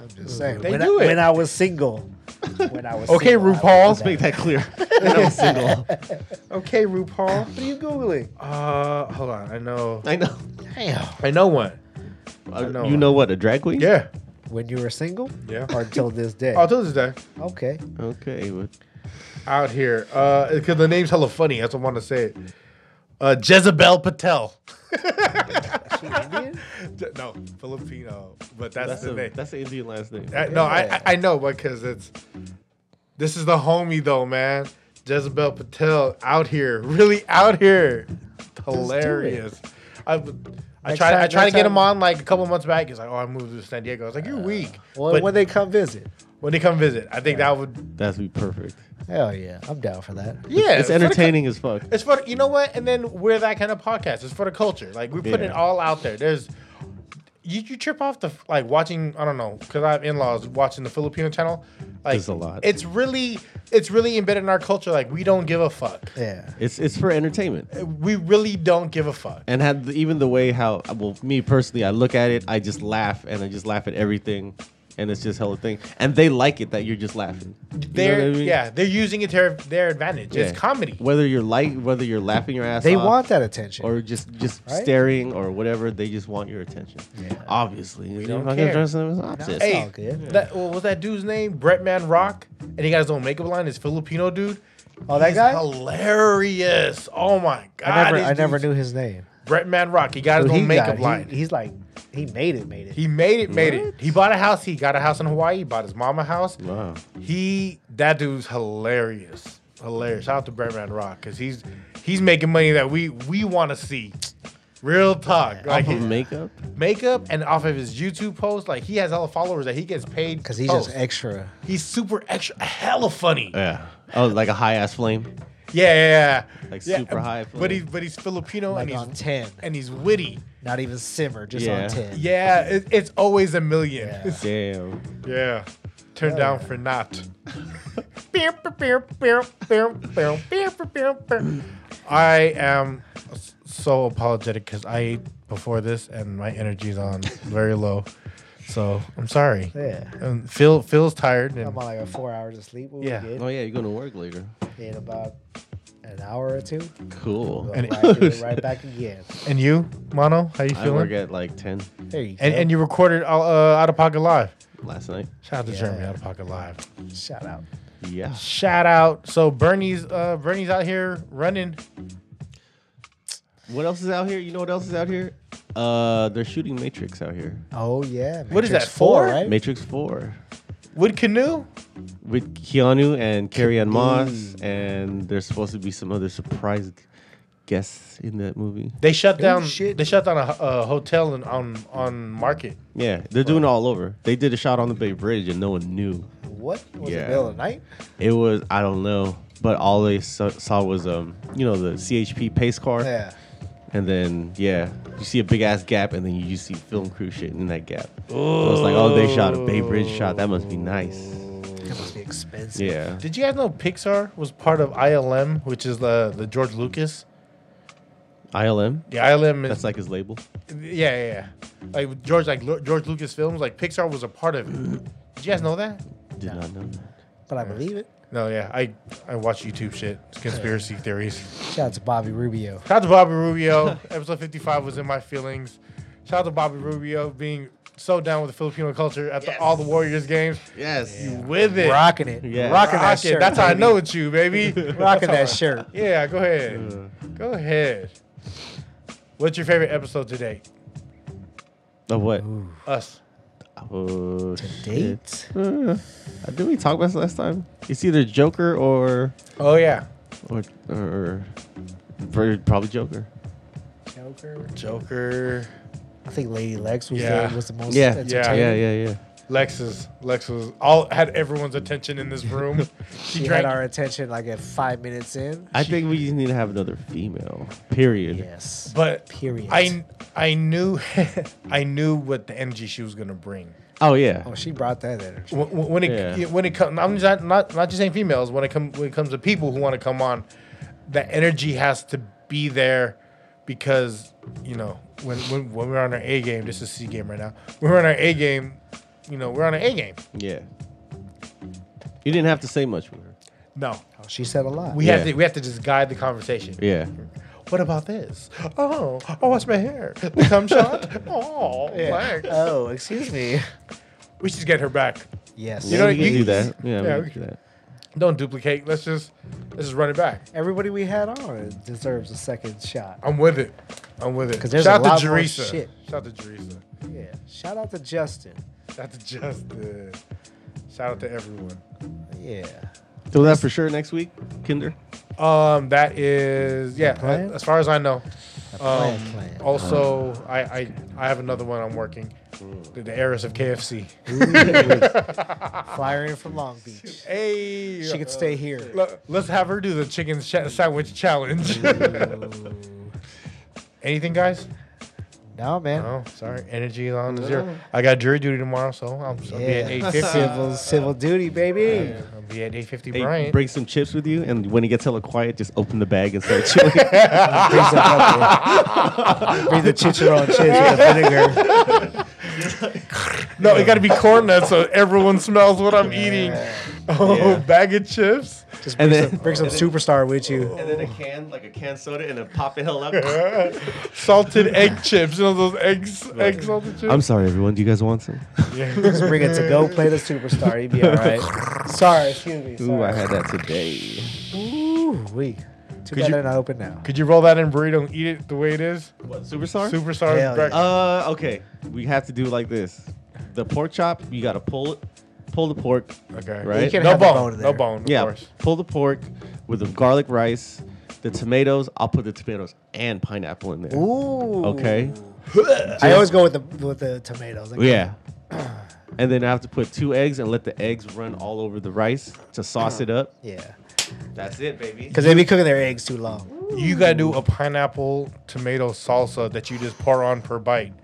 S2: I'm just saying.
S1: They
S2: when
S1: do
S2: I,
S1: it.
S2: when I was single. When I was
S1: Okay,
S2: single, I would
S1: RuPaul.
S2: do
S3: Make that clear. I'm single.
S1: Okay, RuPaul.
S2: What are you googling?
S1: Uh, hold on. I know.
S3: I know.
S2: Damn.
S1: I know one.
S3: Uh,
S1: know
S3: you
S1: her.
S3: know what? A drag queen?
S1: Yeah.
S2: When you were single,
S1: Yeah.
S2: or until this day?
S1: Oh, till this day,
S2: Okay.
S3: Okay. well,
S1: out here. Uh, because the name's hella funny. That's what I want to say. It. Uh, Jezebel Patel.
S2: She Indian?
S1: Je- no, Filipino, but that's,
S3: That's
S1: the
S3: a,
S1: name.
S3: that's an Indian last name.
S1: Uh, no, I, I I know because it's this is the homie though, man. Jezebel Patel out here, really out here, hilarious. I I
S2: Next
S1: tried I
S2: time-
S1: tried to
S2: next
S1: get
S2: time- Uh,
S1: him on like a couple months back. He's like, oh, I moved to San Diego. I was like, you're weak.
S2: Well,
S1: But
S2: when they come visit.
S1: when they come visit, I think that would
S3: That's be perfect.
S2: Hell yeah, I'm down for that.
S1: yeah,
S3: it's
S1: for the co-
S3: entertaining as fuck.
S1: It's for you know what, and then we're that kind of podcast. It's for the culture. Like we put it
S3: Yeah.
S1: all out there. There's you, you trip off the like watching. I don't know because I have in laws watching the Filipino channel. Like
S3: There's a lot.
S1: It's really it's really embedded in our culture. Like we don't give a fuck.
S2: Yeah.
S3: It's it's for entertainment.
S1: We really don't give a fuck.
S3: And had even the way how well me personally, I look at it, I just laugh and I just laugh at everything, and it's just hella thing. And they like it that you're just laughing. You know
S1: They're
S3: what I mean?
S1: yeah, they're using it to their, their advantage. It's
S3: Yeah.
S1: comedy.
S3: Whether you're light, whether you're laughing your ass
S2: They
S3: off,
S2: want that attention.
S3: or just just
S2: Right?
S3: staring or whatever. They just want your attention. Obviously, we
S1: don't care.
S3: them as opposites.
S1: Hey,
S2: all good.
S1: that, what was that dude's name? Bretman Rock, and he got his own makeup line. His Filipino dude.
S2: Oh, that
S1: He's
S2: guy?
S1: hilarious! Oh my god!
S2: I never,
S1: this
S2: I never
S1: dude's-
S2: knew his name.
S1: Bretman Rock. He got his
S2: Who
S1: own
S2: he
S1: makeup
S2: got, he-
S1: line.
S2: he's like, he made it, made it.
S1: He made it, made it. He bought a house. He got a house in Hawaii. He bought his mama a house.
S3: Wow.
S1: He that dude's hilarious, hilarious. Shout out to Bretman Rock because he's he's making money that we we want to see. Real talk, like
S3: Off of
S1: his
S3: makeup.
S1: makeup and off of his YouTube post. Like he has hella followers that he gets paid
S2: Because he's
S1: post.
S2: just Eh. extra.
S1: he's super extra, hella funny. Yeah,
S3: Yeah. Oh, like a high ass flame.
S1: yeah, yeah. yeah.
S3: Like
S1: Yeah,
S3: super high. Flame.
S1: But he's but he's Filipino
S2: Like
S1: and
S2: on
S1: he's
S2: 10.
S1: and he's witty.
S2: Not even simmer, just
S3: Yeah.
S2: on 10.
S1: Yeah, it, it's always a million.
S3: damn.
S1: Yeah. Turn down for not. I am s- so apologetic because I ate before this and my energy's on very low. So I'm sorry.
S2: Yeah.
S1: Um, Phil Phil's tired
S2: I'm
S1: and
S2: on like a four hours of sleep. What
S1: Yeah.
S2: We
S3: Oh yeah, you're going to work later.
S2: get in about an hour or two.
S3: Cool.
S2: Go
S1: And-
S2: right, do it right back again.
S1: and you, Mono, how you
S3: I work
S1: feeling?
S3: at like ten
S2: There you go.
S1: And and you recorded all, uh, out of pocket live.
S3: last night.
S1: Shout out to
S2: Yeah.
S1: Jeremy, out of pocket live.
S2: Shout out.
S3: Yeah.
S1: Shout out. So Bernie's uh, Bernie's out here running.
S3: What else is out here? You know what else is out here? Uh, they're shooting Matrix out here.
S2: Oh, yeah.
S1: What is
S2: Matrix
S1: that, four?
S2: right?
S3: Matrix Four
S1: Wood canoe.
S3: with Keanu and Carrie Ann Moss, and there's supposed to be some other surprise guests in that movie.
S1: They shut down.
S2: shit.
S1: They shut down a, a hotel in, on on Market.
S3: Yeah, they're doing it all over. They did a shot on the Bay Bridge, and no one knew.
S2: What? Was
S3: Yeah.
S2: it middle of the night?
S3: It was I don't know, but all they saw, saw was um, you know, the CHP pace car.
S2: Yeah.
S3: And then yeah, you see a big ass gap, and then you just see film crew shit in that gap. So it's like, oh, they shot a Bay Bridge shot. That must be nice.
S2: That must be expensive.
S3: Yeah.
S1: Did you guys know Pixar was part of ILM, which is the the George Lucas?
S3: ILM.
S1: The ILM
S3: That's
S1: is
S3: like his label.
S1: yeah yeah yeah. Like George like Lu- George Lucas films like Pixar was a part of it. Did you guys know that?
S3: Did not know that.
S2: But I believe it.
S1: No, yeah. I I watch YouTube shit. It's conspiracy theories.
S2: Shout out to Bobby Rubio.
S1: Shout out to Bobby Rubio. Episode 55 was in my feelings. Shout out to Bobby Rubio being so down with the Filipino culture after
S3: Yes.
S1: all the Warriors games.
S3: Yes.
S1: With it.
S2: Rocking it.
S3: Yeah.
S2: Rocking that
S1: Rock it.
S2: shirt.
S1: That's how I
S2: baby.
S1: know it's you, baby.
S2: Rocking that
S1: That's how-
S2: shirt.
S1: Yeah, go ahead. Go ahead. What's your favorite episode today?
S3: Of what?
S1: Us.
S3: Oh, shit.
S2: Date.
S3: Uh, did we talk about this last time? It's either Joker or
S1: Oh yeah.
S3: or or, or probably Joker.
S2: Joker.
S1: Joker.
S2: I think Lady Lex was,
S1: Yeah.
S2: the, was the most
S3: Yeah.
S1: Yeah.
S2: entertaining.
S3: Yeah, yeah, yeah.
S1: Lexus. Lexus. All had everyone's attention in this room. She,
S2: She
S1: drank
S2: had our attention like at five minutes in.
S3: I think we just need to have another female. Period.
S2: Yes.
S1: but
S2: Period.
S1: I I knew I knew what the energy she was gonna bring.
S3: Oh yeah.
S2: oh, she brought that energy.
S1: when, when it
S3: Yeah.
S1: when it comes, I'm not, not not just saying females. When it comes when it comes to people who want to come on, that energy has to be there because you know when when, when we're on our A game. This is C game right now. We're on our A game. You know, we're on our A game.
S3: Yeah. You didn't have to say much with her.
S1: No,
S2: She said a lot.
S1: we have
S3: Yeah.
S1: to we have to just guide the conversation.
S3: Yeah.
S1: What about this? Oh, I wash my hair. The cum shot. Oh, thanks.
S2: oh, excuse me.
S1: we should get her back.
S2: Yes.
S1: You know,
S3: we can
S1: you-
S3: do that. Yeah,
S1: Yeah,
S3: we
S1: we
S3: can do that.
S1: Don't duplicate. Let's just let's just run it back.
S2: Everybody we had on deserves a second shot.
S1: I'm with it. I'm with it.
S2: 'Cause there's
S1: Shout
S2: a
S1: out to
S2: lot more
S1: Jerisa.
S2: shit.
S1: Shout out to Jerisa.
S2: Yeah. Shout out to Justin.
S1: Shout out to Justin. Shout out to everyone.
S2: Yeah.
S3: So that for sure next week, Kinder.
S1: Um, that is yeah.
S2: plan?
S1: As far as I know. Um,
S2: plan, plan.
S1: also, I, I I have another one I'm working. The, the heiress of KFC.
S2: Flyer in from Long Beach.
S1: Hey,
S2: She could stay here.
S1: Let- Let's have her do the chicken sha sandwich challenge. Anything, guys?
S2: No, man.
S1: No, sorry. Energy on the zero. I got jury duty tomorrow, so I'll, I'll be at
S2: Yeah.
S1: eight fifty.
S2: Civil, civil duty, baby.
S1: I'll be at eight fifty.
S3: Hey,
S1: Brian,
S3: bring some chips with you, and when it gets hella quiet, just open the bag and start chewing.
S2: Breathe the chicharron chips with the vinegar.
S1: no, it got to be corn nuts so everyone smells what I'm eating. Oh,
S3: Yeah.
S1: bag of chips.
S2: Just bring,
S3: And then-
S2: some, bring some superstar with you.
S3: and then a can, like a can soda, and then pop it hell up.
S1: salted egg chips. You know those eggs, egg salted chips.
S3: I'm sorry, everyone. Do you guys want some?
S1: Yeah.
S2: Just bring it to go play the superstar. You'd be all right. sorry, excuse me.
S3: Ooh, I
S2: Sorry.
S3: had that today.
S2: Ooh, we. Too
S1: Could
S2: bad
S1: you-
S2: they're not open now.
S1: Could you roll that in burrito and eat it the way it is?
S3: What superstar?
S1: Superstar
S2: Hell yeah.
S1: breakfast.
S3: Uh, okay. We have to do it like this. The pork chop, you gotta pull it, pull the pork.
S1: okay,
S3: right? You
S2: can't
S1: No
S2: have the
S1: bone,
S2: bone
S1: no
S2: there.
S1: bone. Of
S3: yeah,
S1: course.
S3: pull the pork with the garlic rice, the tomatoes. I'll put the tomatoes and pineapple in there.
S2: Ooh.
S3: Okay.
S2: I always go with the with the tomatoes.
S3: Yeah. And then I have to put two eggs and let the eggs run all over the rice to sauce it up.
S2: Yeah.
S3: That's it, baby.
S2: Because they be cooking their eggs too long.
S1: You gotta do a pineapple tomato salsa that you just pour on per bite.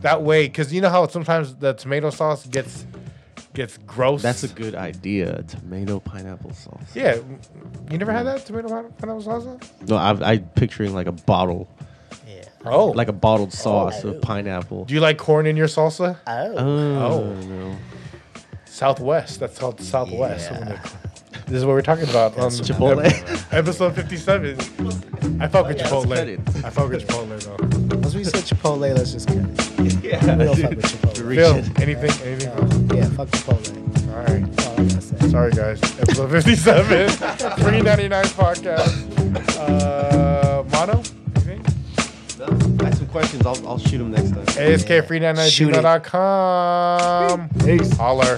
S1: That way, because you know how sometimes the tomato sauce gets gets gross.
S3: That's a good idea. Tomato pineapple sauce.
S1: yeah. You never had that tomato pine- pineapple salsa?
S3: No, I, I picturing like a bottle,
S2: Yeah.
S1: Oh,
S3: like a bottled sauce
S2: Oh.
S3: of pineapple.
S1: do you like corn in your salsa?
S2: Oh.
S3: Oh,
S1: Oh.
S3: no.
S1: Southwest. That's called Southwest.
S2: Yeah.
S1: This is what we're talking about on
S3: Chipotle.
S1: ep- episode fifty-seven. I fuck with
S3: yeah, let's cut it.
S1: Chipotle. I fuck with Chipotle though.
S2: Once we said Chipotle, let's just cut it.
S3: yeah.
S2: We don't fuck
S3: dude.
S2: with Chipotle.
S1: Phil,
S3: Reaching.
S1: anything? Anything?
S2: No. Yeah, fuck Chipotle.
S1: All right.
S2: That's all I gotta say.
S1: Sorry, guys. Episode 57, 399 podcast. Uh, mono? you think?
S3: I have some questions. I'll, I'll shoot them next time.
S1: ASK399
S2: Shoot it.
S1: gmail dot com.
S2: Peace.
S1: Holler.